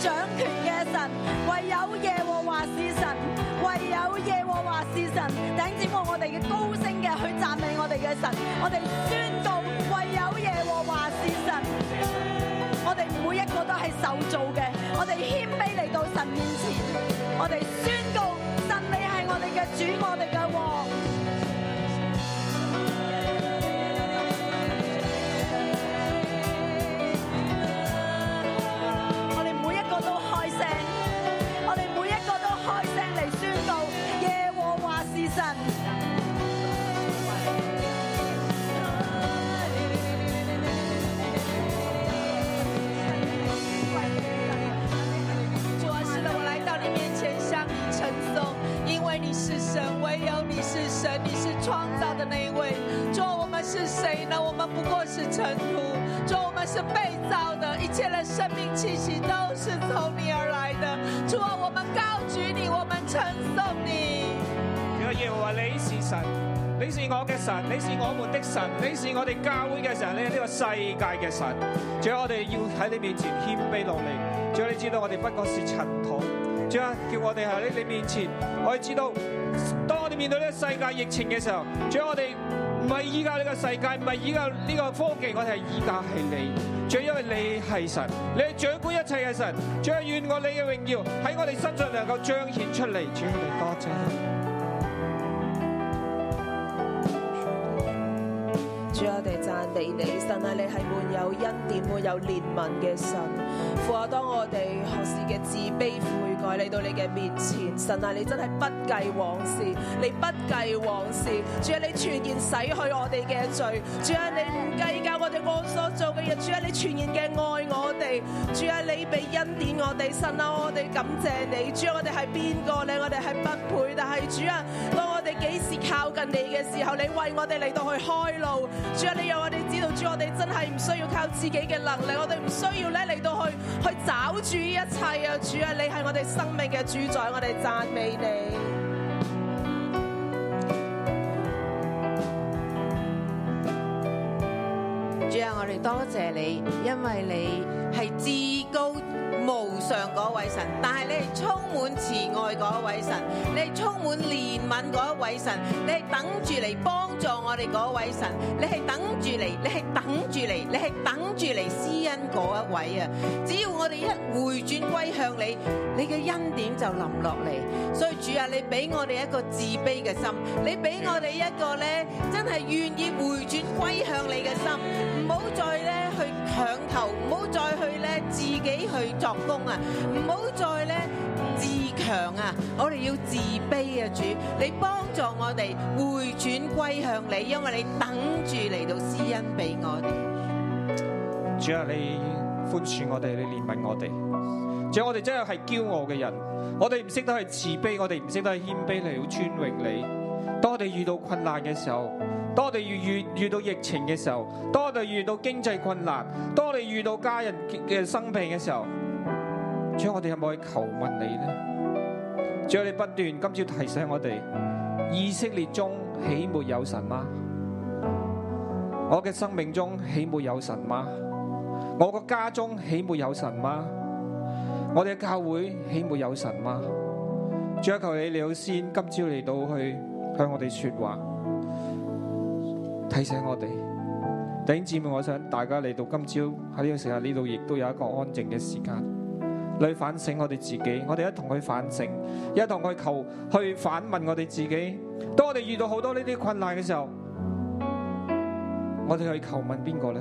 Speaker 4: 掌權嘅神，唯有耶和華是神，唯有耶和華是神。頂姊妹，我哋嘅高聲嘅去讚美我哋嘅神，我哋宣告唯有耶和華是神。我哋每一個都係受造嘅，我哋謙卑嚟到神面前，我哋宣告神你係我哋嘅主，我哋嘅王。我哋每一個都開聲，我哋每一個都開聲嚟宣告耶和華是神。
Speaker 5: 主啊，是的，我来到你面前向你称颂，因为你是神，唯有你是神，你是创造的那一位。主啊，我们是谁呢？我们不过是尘土。主啊，我们是被造的，一切的生命气息都是从你而来的。主啊，我们高举你，我们称颂你。
Speaker 6: 主啊，耶和華你是神，你是我嘅神，你是我們的神，你是我哋教會嘅神，你係呢個世界嘅神。主啊，我哋要喺你面前謙卑落嚟。主啊，你知道我哋不過是塵土。主啊，叫我哋喺你面前，啊我哋知道，當我哋面對呢個世界疫情嘅時候，主啊，我哋唔係依靠呢個世界，唔係依靠呢個科技，我哋係依靠係你。主，因為你係神，你係掌管一切嘅神。主啊，願我你嘅榮耀喺我哋身上能夠彰顯出嚟。主，我哋多謝你。
Speaker 7: 主，我哋赞美你，神啊，你係滿有恩典、滿有憐憫嘅神。父啊，當我哋學士嘅自卑悔改嚟到你嘅面前，神啊，你真係不計往事，你不計往事。主啊，你全然洗去我哋嘅罪。主啊，你唔計較我哋我所做嘅嘢。主啊，你全然嘅愛我哋。主啊，你俾恩典我哋。神啊，我哋感謝你。主啊，我哋係邊個咧？我哋係不配，但係主啊，當我哋幾時靠近你嘅時候，你為我哋嚟到去開路。主啊，你讓我哋知道，主我哋真係唔需要靠自己嘅能力，我哋唔需要咧嚟到去去找住呢一切啊！主啊，你係我哋生命嘅主宰，我哋讚美你。
Speaker 8: 主啊，我哋多謝你，因為你係至高無上嗰位神，但係你係充滿慈愛嗰位神，你係充滿憐憫嗰位神，你係等住嚟幫助我哋嗰位神，你係等住嚟，你係等住嚟，你係等住嚟施恩嗰一位啊！只要我哋一回轉歸向你，你嘅恩典就臨落嚟。所以主啊，你俾我哋一個自卑嘅心，你俾我哋一個咧真係願意回轉歸向你嘅心。唔好再咧去強求，唔好再去咧自己去作工啊！唔好再咧自強啊！我哋要自卑啊，主，你幫助我哋回轉歸向你，因為你等住嚟到施恩俾我哋。
Speaker 6: 主啊，你寬恕我哋，你憐憫我哋。主啊，我哋真係係驕傲嘅人，我哋唔識得去慈悲，我哋唔識得去謙卑嚟到尊榮你。當我哋遇到困難嘅時候，當我哋遇遇遇到疫情嘅時候，當我哋遇到經濟困難，當我哋遇到家人嘅生病嘅時候，主啊，我哋有冇去求問你呢？主啊，你不斷今朝提醒我哋，以色列中豈沒有神嗎？我嘅生命中豈沒有神嗎？我個家中豈沒有神嗎？我哋嘅教會豈沒有神嗎？主啊，求你你好先今朝嚟到去向我哋说話，提醒我哋。弟兄姊妹，我想大家嚟到今朝喺呢個時候呢度，亦都有一個安靜嘅時間，嚟反省我哋自己。我哋一同去反省，一同去求去反問我哋自己。當我哋遇到好多呢啲困難嘅時候，我哋去求問邊個呢？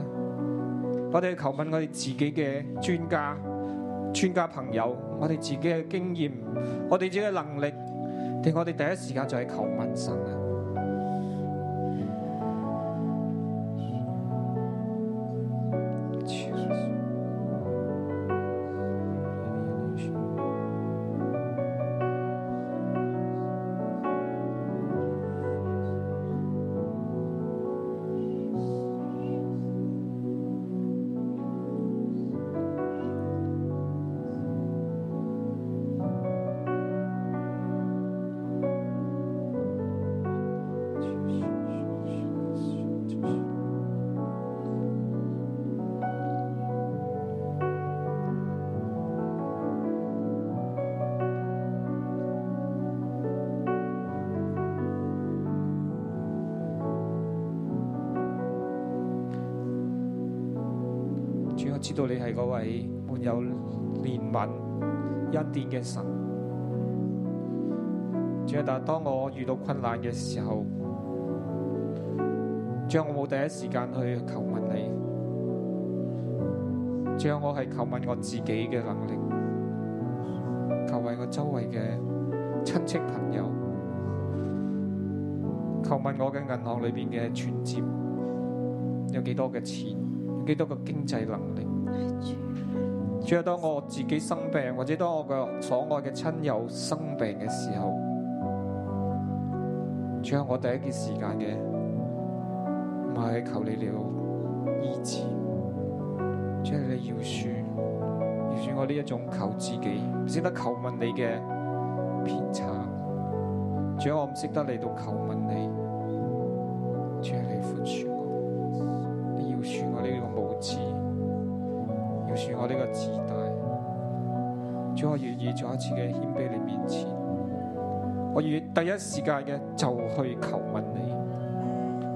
Speaker 6: 我哋去求問我哋自己嘅專家、專家朋友，我哋自己嘅經驗，我哋自己嘅能力，定我哋第一時間就係求問神啊！知道你係嗰位滿有憐憫恩典嘅神。主啊，但係當我遇到困難嘅時候，主啊，我冇第一時間去求問你，主啊，我係求問我自己嘅能力，求問我周圍嘅親戚朋友，求問我嘅銀行裏邊嘅存摺有幾多嘅錢，有幾多嘅經濟能力。主啊，當我自己生病，或者當我嘅所愛嘅親友生病嘅時候，主啊，我第一件時間嘅唔係去求你了醫治，主啊，你饒恕，饒恕我呢一種求自己，唔識得求問你嘅偏差。主啊，我唔識得嚟到求問你，主啊，你寬恕我，你饒恕我呢個無知。要恕我呢個自大，主我願意再一次嘅謙卑你面前，我願意第一時間嘅就去求問你，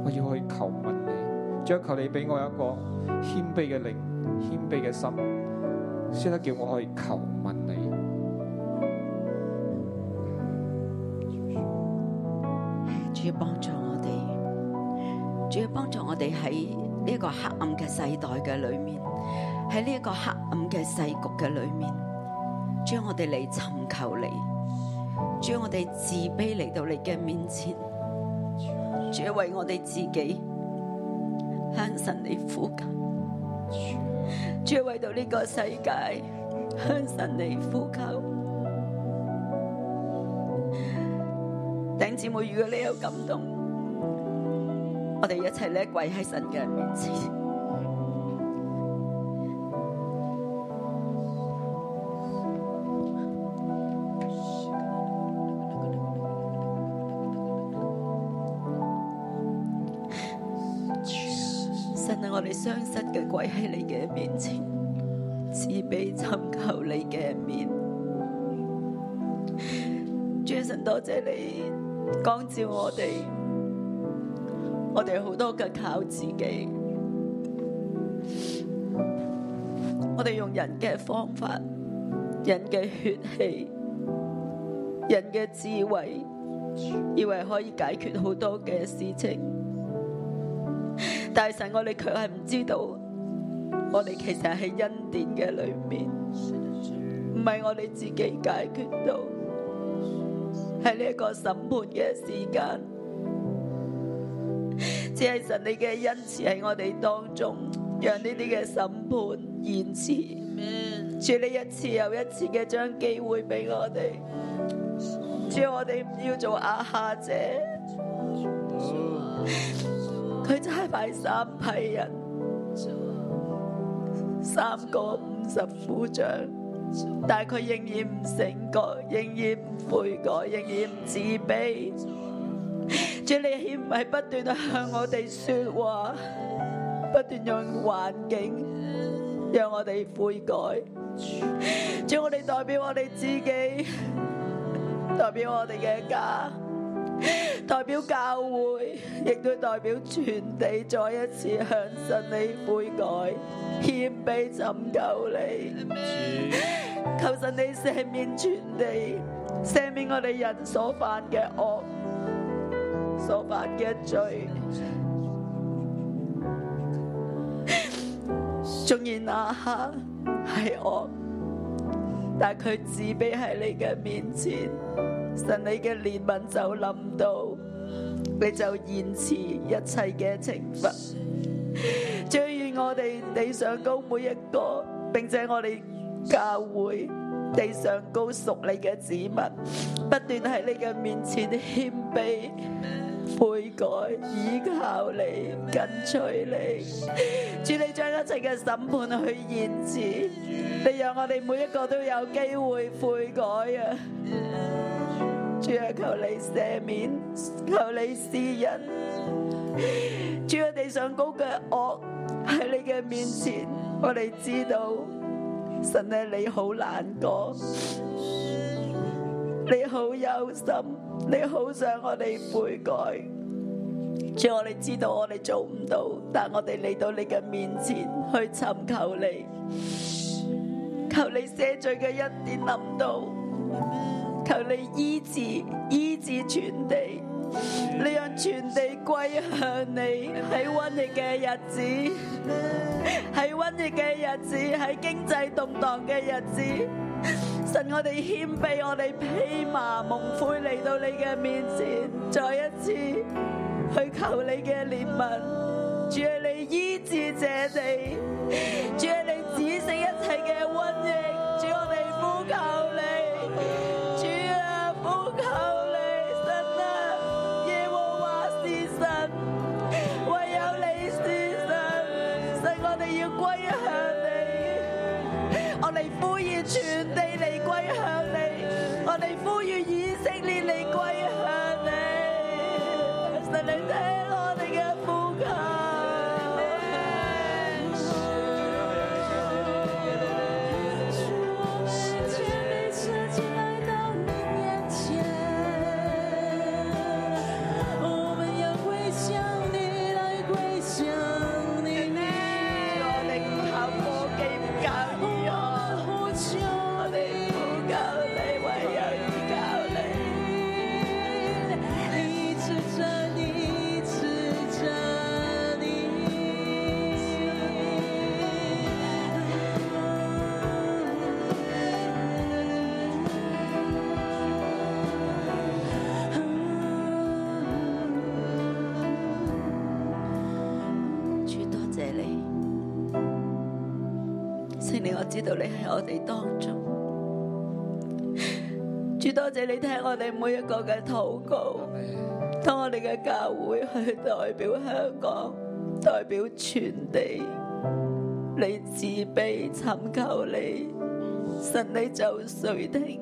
Speaker 6: 我要去求問你，主求你俾我一個謙卑嘅靈、謙卑嘅心，先得叫我去求問你。
Speaker 8: 主要幫助我哋，主要幫助我哋喺呢個黑暗嘅世代嘅裏面，喺呢一個黑暗嘅世局嘅裏面，將我哋嚟尋求你，將我哋自卑嚟到你嘅面前，主要為我哋自己向神嚟呼求，主要為到呢個世界向神嚟呼求。弟兄姊妹，如果你有感動，我哋一齊咧跪喺神嘅面前。神啊，我哋雙膝嘅跪喺你嘅面前，自卑尋求你嘅面。主啊神，多謝你光照我哋，我哋好多嘅靠自己，我哋用人嘅方法、人嘅血氣、人嘅智慧，以為可以解決好多嘅事情，但係神，我哋卻係唔知道，我哋其實喺恩典嘅裏面，唔係我哋自己解決到。喺呢一个审判嘅時間，只係神你嘅恩慈喺我哋當中，讓呢啲嘅審判延遲。主你一次又一次嘅將機會俾我哋，主我哋唔要做阿下者，佢差派三批人，三個五十副長。但係佢仍然唔醒覺，仍然唔悔改，仍然唔自卑。主你顯唔係不斷地向我哋说話，不斷用環境讓我哋悔改。主我哋代表我哋自己，代表我哋嘅家，代表教會，亦都代表全地，再一次向神你悔改，謙卑尋求你。求神你赦免全地，赦免我哋人所犯嘅惡，所犯嘅罪。縱然那刻係惡，但佢自卑喺你嘅面前，神你嘅憐憫就臨到，你就延遲一切嘅懲罰。將願我哋地上高每一個，並且我哋教會地上高屬你嘅子民，不斷喺你嘅面前謙卑。悔改，依靠你，跟隨你，主你將一切嘅審判去延遲，你讓我哋每一個都有機會悔改啊！主啊，求你赦免，求你施恩。主啊，地上高嘅惡喺你嘅面前，我哋知道，神啊，你好難過，你好憂心，你好想我哋悔改，主，我哋知道我哋做唔到，但我哋嚟到你嘅面前去尋求你，求你赦罪嘅恩典臨到，求你醫治醫治全地，你讓全地歸向你。喺瘟疫嘅日子，喺瘟疫嘅日子，喺經濟動盪嘅日子。神，我哋谦卑，我哋披麻蒙灰嚟到你嘅面前，再一次去求你嘅怜悯。主啊，你医治这地，主啊，你止息一切嘅瘟疫。主，我哋呼求你，主啊，呼求你，神啊，耶和华是神，唯有你是神，神，我哋要归向你。我哋呼籲全地嚟歸向你，我哋呼籲以色列嚟歸向你。神，你聽我哋嘅呼求。
Speaker 9: 世界被设计来到你面前，我们要归向你，来归向你。我哋靠科技唔教醫學，我哋唔靠你，唯有依靠你。一直着你，一直着你。
Speaker 8: 主多謝你，聖靈，我知道你喺我哋當中。主多謝你聽我哋每一個嘅禱告，當我哋嘅教會去代表香港，代表全地，你自卑尋求你，神你就垂聽，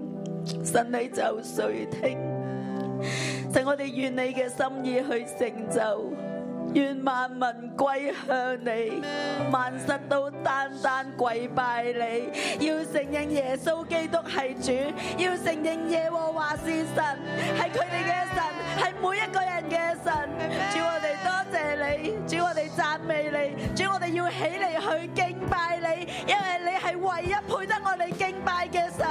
Speaker 8: 神你就垂聽，神我哋願你嘅心意去成就。愿万民归向你，万实都单单跪拜你，要承认耶稣基督系主，要承认耶和华是神，系佢哋嘅神，系每一个人嘅神。主我哋多谢你，主我哋赞美你，主我哋要起嚟去敬拜你，因为你系唯一配得我哋敬拜嘅神。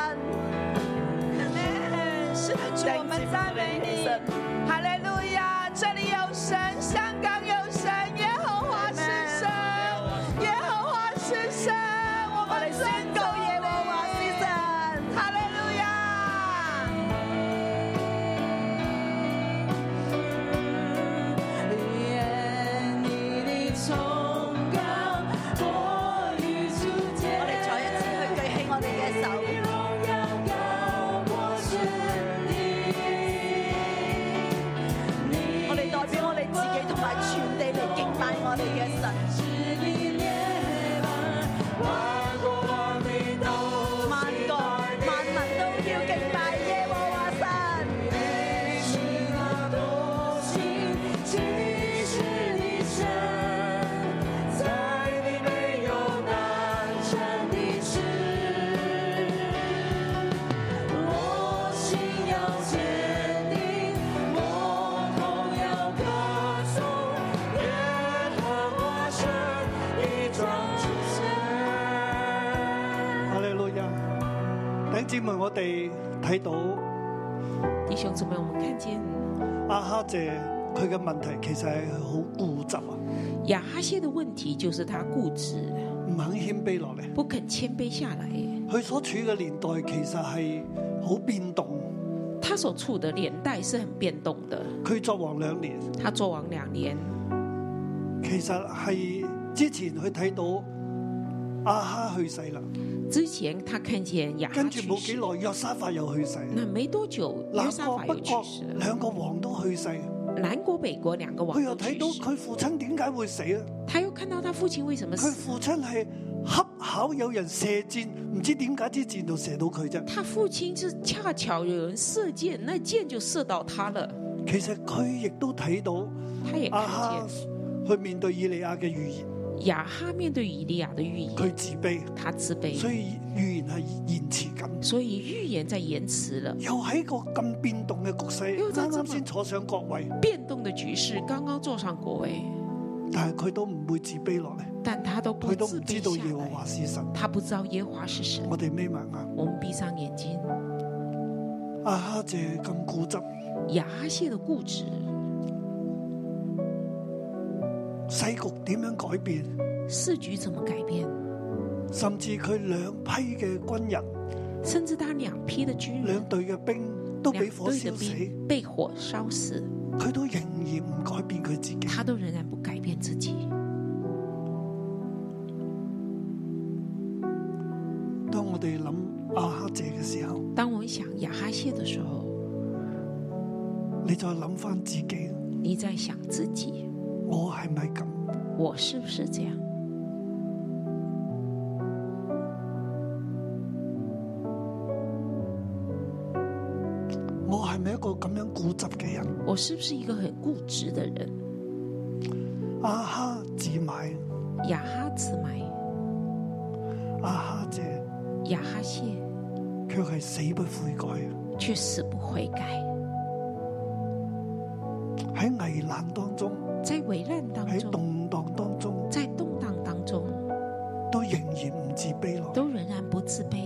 Speaker 10: 是的，主，我们赞美你，哈利路亚！这里有神，香港有神，耶和华是神，耶和华是神，我们宣告耶和华是神，哈利路亚！
Speaker 9: 愿你的崇高过于诸天。我哋再一次去举起我哋嘅手。荣耀高过全地。我哋代表我哋自己同埋全地嚟敬拜我哋嘅神。萬國萬民都要敬拜耶和華神。你是那多情，其实一生，在你没有难成的事。我心要坚定，我同要歌颂，耶和华神已装出身。
Speaker 2: 哈利路亚！弟兄姊妹，我哋睇到
Speaker 3: 弟兄姊妹，我们看见
Speaker 2: 阿哈謝佢嘅問題其實係好固執啊，
Speaker 3: 亚哈谢的问题就是他固执，
Speaker 2: 唔肯謙卑落嚟。
Speaker 3: 不肯谦卑下来。
Speaker 2: 佢所處嘅年代其實係好變動。
Speaker 3: 他所处的年代是很变动的。
Speaker 2: 佢作王兩年，
Speaker 3: 他做王两年，
Speaker 2: 其實係之前佢睇到阿哈去世啦，
Speaker 3: 之前他看见亚哈
Speaker 2: 跟住
Speaker 3: 去
Speaker 2: 冇幾
Speaker 3: 世，
Speaker 2: 耐約沙法又去世，
Speaker 3: 那没多久约
Speaker 2: 南
Speaker 3: 沙
Speaker 2: 國
Speaker 3: 法又
Speaker 2: 北
Speaker 3: 去
Speaker 2: 國
Speaker 3: 世了，
Speaker 2: 兩個王都去世，
Speaker 3: 南国北国两个王
Speaker 2: 佢
Speaker 3: 都
Speaker 2: 又
Speaker 3: 去
Speaker 2: 睇到
Speaker 3: 世。
Speaker 2: 佢父親點解會死啊？
Speaker 3: 他又看到他父亲为什么
Speaker 2: 佢
Speaker 3: 死，
Speaker 2: 父親係恰巧有人射箭，唔知點解支箭就射到佢啫。
Speaker 3: 他父亲是恰巧有人射箭，那箭就射到他了。
Speaker 2: 其實佢亦都睇到
Speaker 3: 他也
Speaker 2: 阿啊哈
Speaker 3: 看
Speaker 2: 去面對以利亞嘅預言，
Speaker 3: 见亚哈面对以利亚的预言，
Speaker 2: 佢自卑，
Speaker 3: 他自卑，
Speaker 2: 所以預言係延遲緊。
Speaker 3: 所以预言在延迟了。
Speaker 2: 又喺個咁變動嘅局勢，啱啱先坐上國位，
Speaker 3: 变动的局势刚刚坐上国位，
Speaker 2: 但係佢都唔會自卑落嚟，
Speaker 3: 但他都不
Speaker 2: 佢都
Speaker 3: 自
Speaker 2: 唔
Speaker 3: 卑
Speaker 2: 知道耶和華
Speaker 3: 下来。
Speaker 2: 是神。
Speaker 3: 他不知道耶和华是神。
Speaker 2: 我哋眯埋眼，
Speaker 3: 我们闭上眼睛，
Speaker 2: 阿哈謝咁固執，
Speaker 3: 亚哈谢的固执，
Speaker 2: 世局點樣改變，
Speaker 3: 世局怎么改变？
Speaker 2: 甚至佢兩批嘅軍人、
Speaker 3: 甚至他两批的军人
Speaker 2: 兩，隊嘅兵都
Speaker 3: 两
Speaker 2: 俾火
Speaker 3: 队的
Speaker 2: 燒死，
Speaker 3: 兵被火烧死，
Speaker 2: 佢都仍然唔改變佢自己。
Speaker 3: 他都仍然不改变自己。
Speaker 2: 當我哋諗阿哈謝嘅時候，
Speaker 3: 当我想亚哈谢的时候，
Speaker 2: 你再諗翻自己，
Speaker 3: 你在想自己，
Speaker 2: 我係咪咁？
Speaker 3: 我是不是这样？
Speaker 2: 我係咪一個咁樣固執嘅人？
Speaker 3: 我是不是一个很固执的人？
Speaker 2: 阿哈自買，
Speaker 3: 亚哈自埋，
Speaker 2: 阿哈謝
Speaker 3: 亚哈谢
Speaker 2: 卻係死不悔改。啊
Speaker 3: 却死不悔改，
Speaker 2: 喺危難當中，
Speaker 3: 在危难当
Speaker 2: 喺
Speaker 3: 中，
Speaker 2: 動盪當中，
Speaker 3: 在动荡当中，
Speaker 2: 都仍然唔自卑落。
Speaker 3: 都仍然不自卑。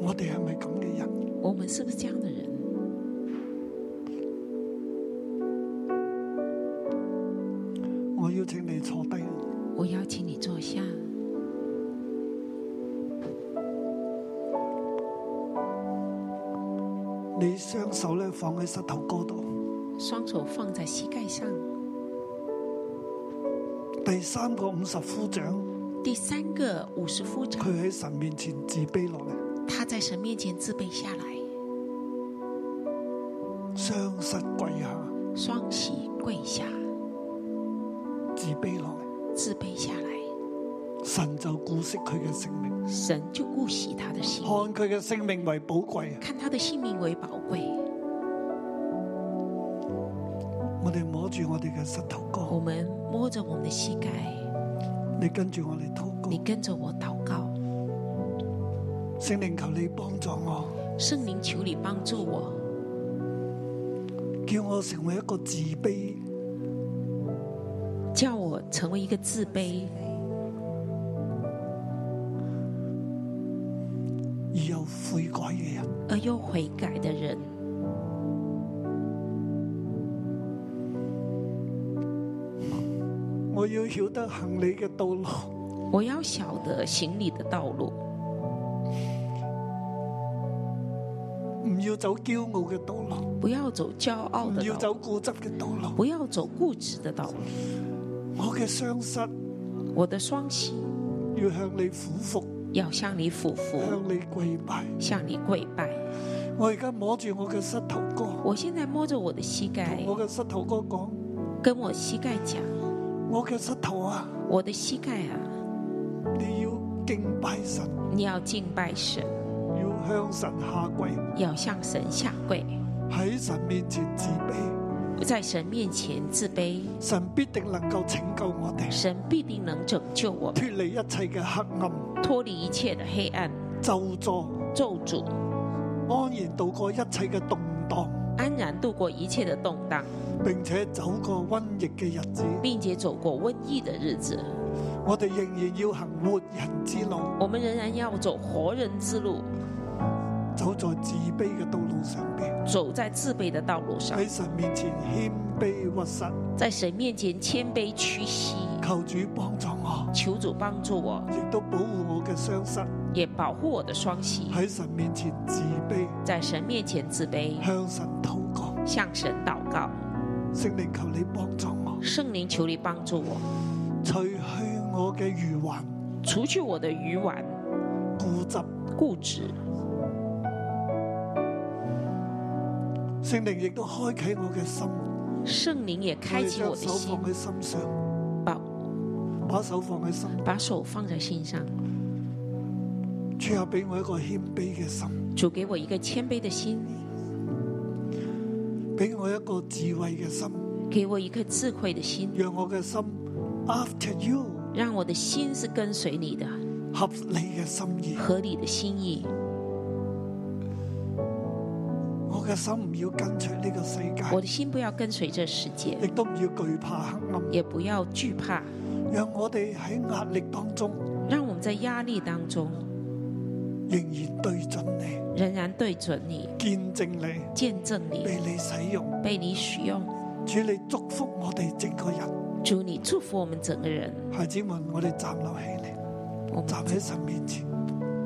Speaker 2: 我哋係咪咁嘅人？
Speaker 3: 我们是不是这样的人？
Speaker 2: 我邀請你坐低，
Speaker 3: 我邀请你坐下，
Speaker 2: 你雙手咧放喺膝頭哥度。
Speaker 3: 双手放在膝盖上。
Speaker 2: 第三個五十夫長，
Speaker 3: 第三个五十夫
Speaker 2: 佢
Speaker 3: 长，
Speaker 2: 喺神面前自卑落嚟，
Speaker 3: 他在神面前自卑下来，
Speaker 2: 雙膝跪下，
Speaker 3: 双膝跪下，
Speaker 2: 自卑落嚟。
Speaker 3: 自卑下来，
Speaker 2: 神就顧惜佢嘅性命，
Speaker 3: 神就顾惜他的性
Speaker 2: 看
Speaker 3: 命，
Speaker 2: 佢嘅性命為寶貴。啊
Speaker 3: 看他的性命为宝贵。
Speaker 2: 我哋摸住我哋嘅膝頭哥，
Speaker 3: 我们摸着我们的膝盖，
Speaker 2: 你跟住我哋禱告
Speaker 3: 你。跟着我祷告，
Speaker 2: 聖靈求你幫助我，
Speaker 3: 圣灵求你帮助我，
Speaker 2: 叫我成為一個自卑
Speaker 3: 叫我成为一个自卑
Speaker 2: 而又悔改嘅人。
Speaker 3: 而又悔改的人。
Speaker 2: 我要曉得行你嘅道路，
Speaker 3: 我要晓得行你的道路，
Speaker 2: 唔要走驕傲嘅道路，
Speaker 3: 不要走骄傲
Speaker 2: 唔
Speaker 3: 的
Speaker 2: 要
Speaker 3: 道
Speaker 2: 走
Speaker 3: 路，
Speaker 2: 固執嗯嘅道路。
Speaker 3: 不要走固执的道路。
Speaker 2: 我嘅雙膝
Speaker 3: 我的双膝
Speaker 2: 要向你俯伏，
Speaker 3: 要向你俯伏，
Speaker 2: 向你跪拜。
Speaker 3: 向你跪拜。
Speaker 2: 我而家摸住我嘅膝頭哥，
Speaker 3: 我现在摸着我的膝盖
Speaker 2: 同，我嘅膝頭哥講：
Speaker 3: 跟我膝盖讲：
Speaker 2: 我嘅膝頭啊，
Speaker 3: 我的膝盖啊，
Speaker 2: 你要敬拜神，
Speaker 3: 你要敬拜神，
Speaker 2: 要向神下跪，
Speaker 3: 要向神下跪，
Speaker 2: 喺神面前自卑，
Speaker 3: 在神面前自卑，
Speaker 2: 神必定能夠拯救我哋，
Speaker 3: 神必定能拯救我们，
Speaker 2: 脱離一切嘅黑暗、
Speaker 3: 脱离一切的黑暗、
Speaker 2: 咒詛，
Speaker 3: 咒诅，
Speaker 2: 安然度過一切嘅動盪，
Speaker 3: 安然度过一切的动荡，
Speaker 2: 並且走過瘟疫嘅日子。
Speaker 3: 并且走过瘟疫的日子。
Speaker 2: 我哋仍然要行活人之路，
Speaker 3: 我们仍然要走活人之路，
Speaker 2: 走在自卑嘅道路上边，
Speaker 3: 走在自卑的道路上，
Speaker 2: 喺神面前谦卑屈膝，
Speaker 3: 在神面前谦卑屈膝。
Speaker 2: 求主帮助我，
Speaker 3: 求主帮助我，
Speaker 2: 亦都保护我嘅双膝，
Speaker 3: 也保护我的双膝，
Speaker 2: 喺神面前自卑，
Speaker 3: 在神面前自卑，
Speaker 2: 向神祷告。
Speaker 3: 向神祷告。
Speaker 2: 圣灵求你帮助我，
Speaker 3: 圣灵，求你帮助我，
Speaker 2: 除去我嘅愚顽、
Speaker 3: 除去我的愚顽、
Speaker 2: 固执。
Speaker 3: 固执。
Speaker 2: 圣灵亦都开启我嘅心，
Speaker 3: 圣灵也开启我
Speaker 2: 我
Speaker 3: 的
Speaker 2: 哋将手
Speaker 3: 心
Speaker 2: 放，喺心上，
Speaker 3: 把
Speaker 2: 把手放喺心，
Speaker 3: 把手放在心上。
Speaker 2: 主啊，俾我一个谦卑嘅心，
Speaker 3: 主给我一个谦卑的心，
Speaker 2: 俾我一個智慧嘅心，
Speaker 3: 给我一颗智慧的心，
Speaker 2: 讓我嘅心 after you
Speaker 3: 让我的心是跟随你的
Speaker 2: 合理嘅心意，
Speaker 3: 合理的心意。
Speaker 2: 我嘅心唔要跟隨呢個世界，
Speaker 3: 我的心不要跟随这世界，
Speaker 2: 亦都唔要懼怕黑暗，
Speaker 3: 也不要惧怕，
Speaker 2: 讓我哋喺壓力當中
Speaker 3: 让我们在压力当中
Speaker 2: 仍然對準你，
Speaker 3: 仍然对准你，
Speaker 2: 見證你，
Speaker 3: 见证你
Speaker 2: 被你使用。
Speaker 3: 被你使用。
Speaker 2: 主你祝福我哋整個人，
Speaker 3: 主，你祝福我们整个人。
Speaker 2: 孩子們，我哋站立起嚟，
Speaker 3: 我们
Speaker 2: 站喺神面前。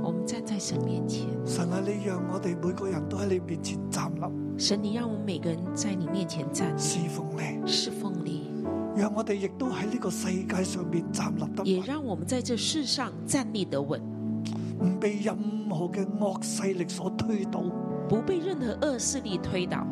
Speaker 3: 我们站在神面前，
Speaker 2: 神啊，你讓我哋每個人都喺你面前站立，
Speaker 3: 神，你让我们每个人在你面前站立，
Speaker 2: 侍奉你，
Speaker 3: 侍奉你，
Speaker 2: 讓我哋亦都喺呢個世界上面站立得
Speaker 3: 也
Speaker 2: 穩
Speaker 3: 让我们在这世上站立得稳，
Speaker 2: 唔被任何嘅惡勢力所推倒。
Speaker 3: 不被任何恶势力推倒。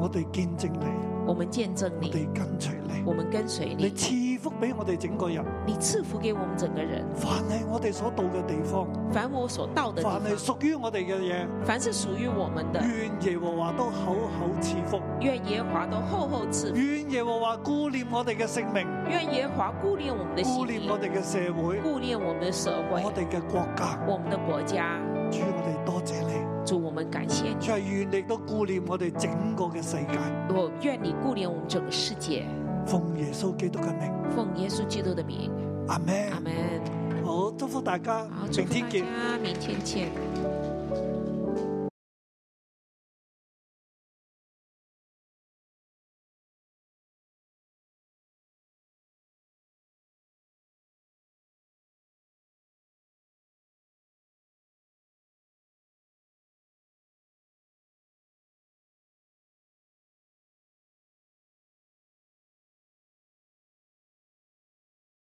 Speaker 2: 我哋見證你，
Speaker 3: 我们见证
Speaker 2: 我
Speaker 3: 你，
Speaker 2: 哋跟隨你，
Speaker 3: 我们跟随
Speaker 2: 你
Speaker 3: 你，
Speaker 2: 賜福俾我哋整個人，
Speaker 3: 你赐福给我们整个人。
Speaker 2: 凡係我哋所到嘅地方，
Speaker 3: 凡我所到的地
Speaker 2: 凡係
Speaker 3: 方，
Speaker 2: 屬於我哋嘅嘢，
Speaker 3: 凡是屬于我们的，
Speaker 2: 願耶和華都口口賜福，
Speaker 3: 愿耶和华都厚厚赐福。
Speaker 2: 願耶和華顧念我哋嘅性命，
Speaker 3: 愿耶和华顾念嗯我们的
Speaker 2: 顧
Speaker 3: 心
Speaker 2: 念
Speaker 3: 灵，
Speaker 2: 我哋嘅社會，
Speaker 3: 顾念我们的社会，
Speaker 2: 我哋嘅國家。
Speaker 3: 我们的国家。
Speaker 2: 主，我哋多謝你，
Speaker 3: 主，我们感谢你，
Speaker 2: 主係願你都顧念我哋整個嘅世界。
Speaker 3: 我愿你顾念我们整个世界。
Speaker 2: 奉耶穌基督嘅名，
Speaker 3: 奉耶稣基督的名，
Speaker 2: 阿
Speaker 3: 阿
Speaker 2: 門。
Speaker 3: 门。
Speaker 2: 好，祝福大家，
Speaker 3: 好，祝
Speaker 2: 明
Speaker 3: 福大
Speaker 2: 天見。
Speaker 3: 家，明天见。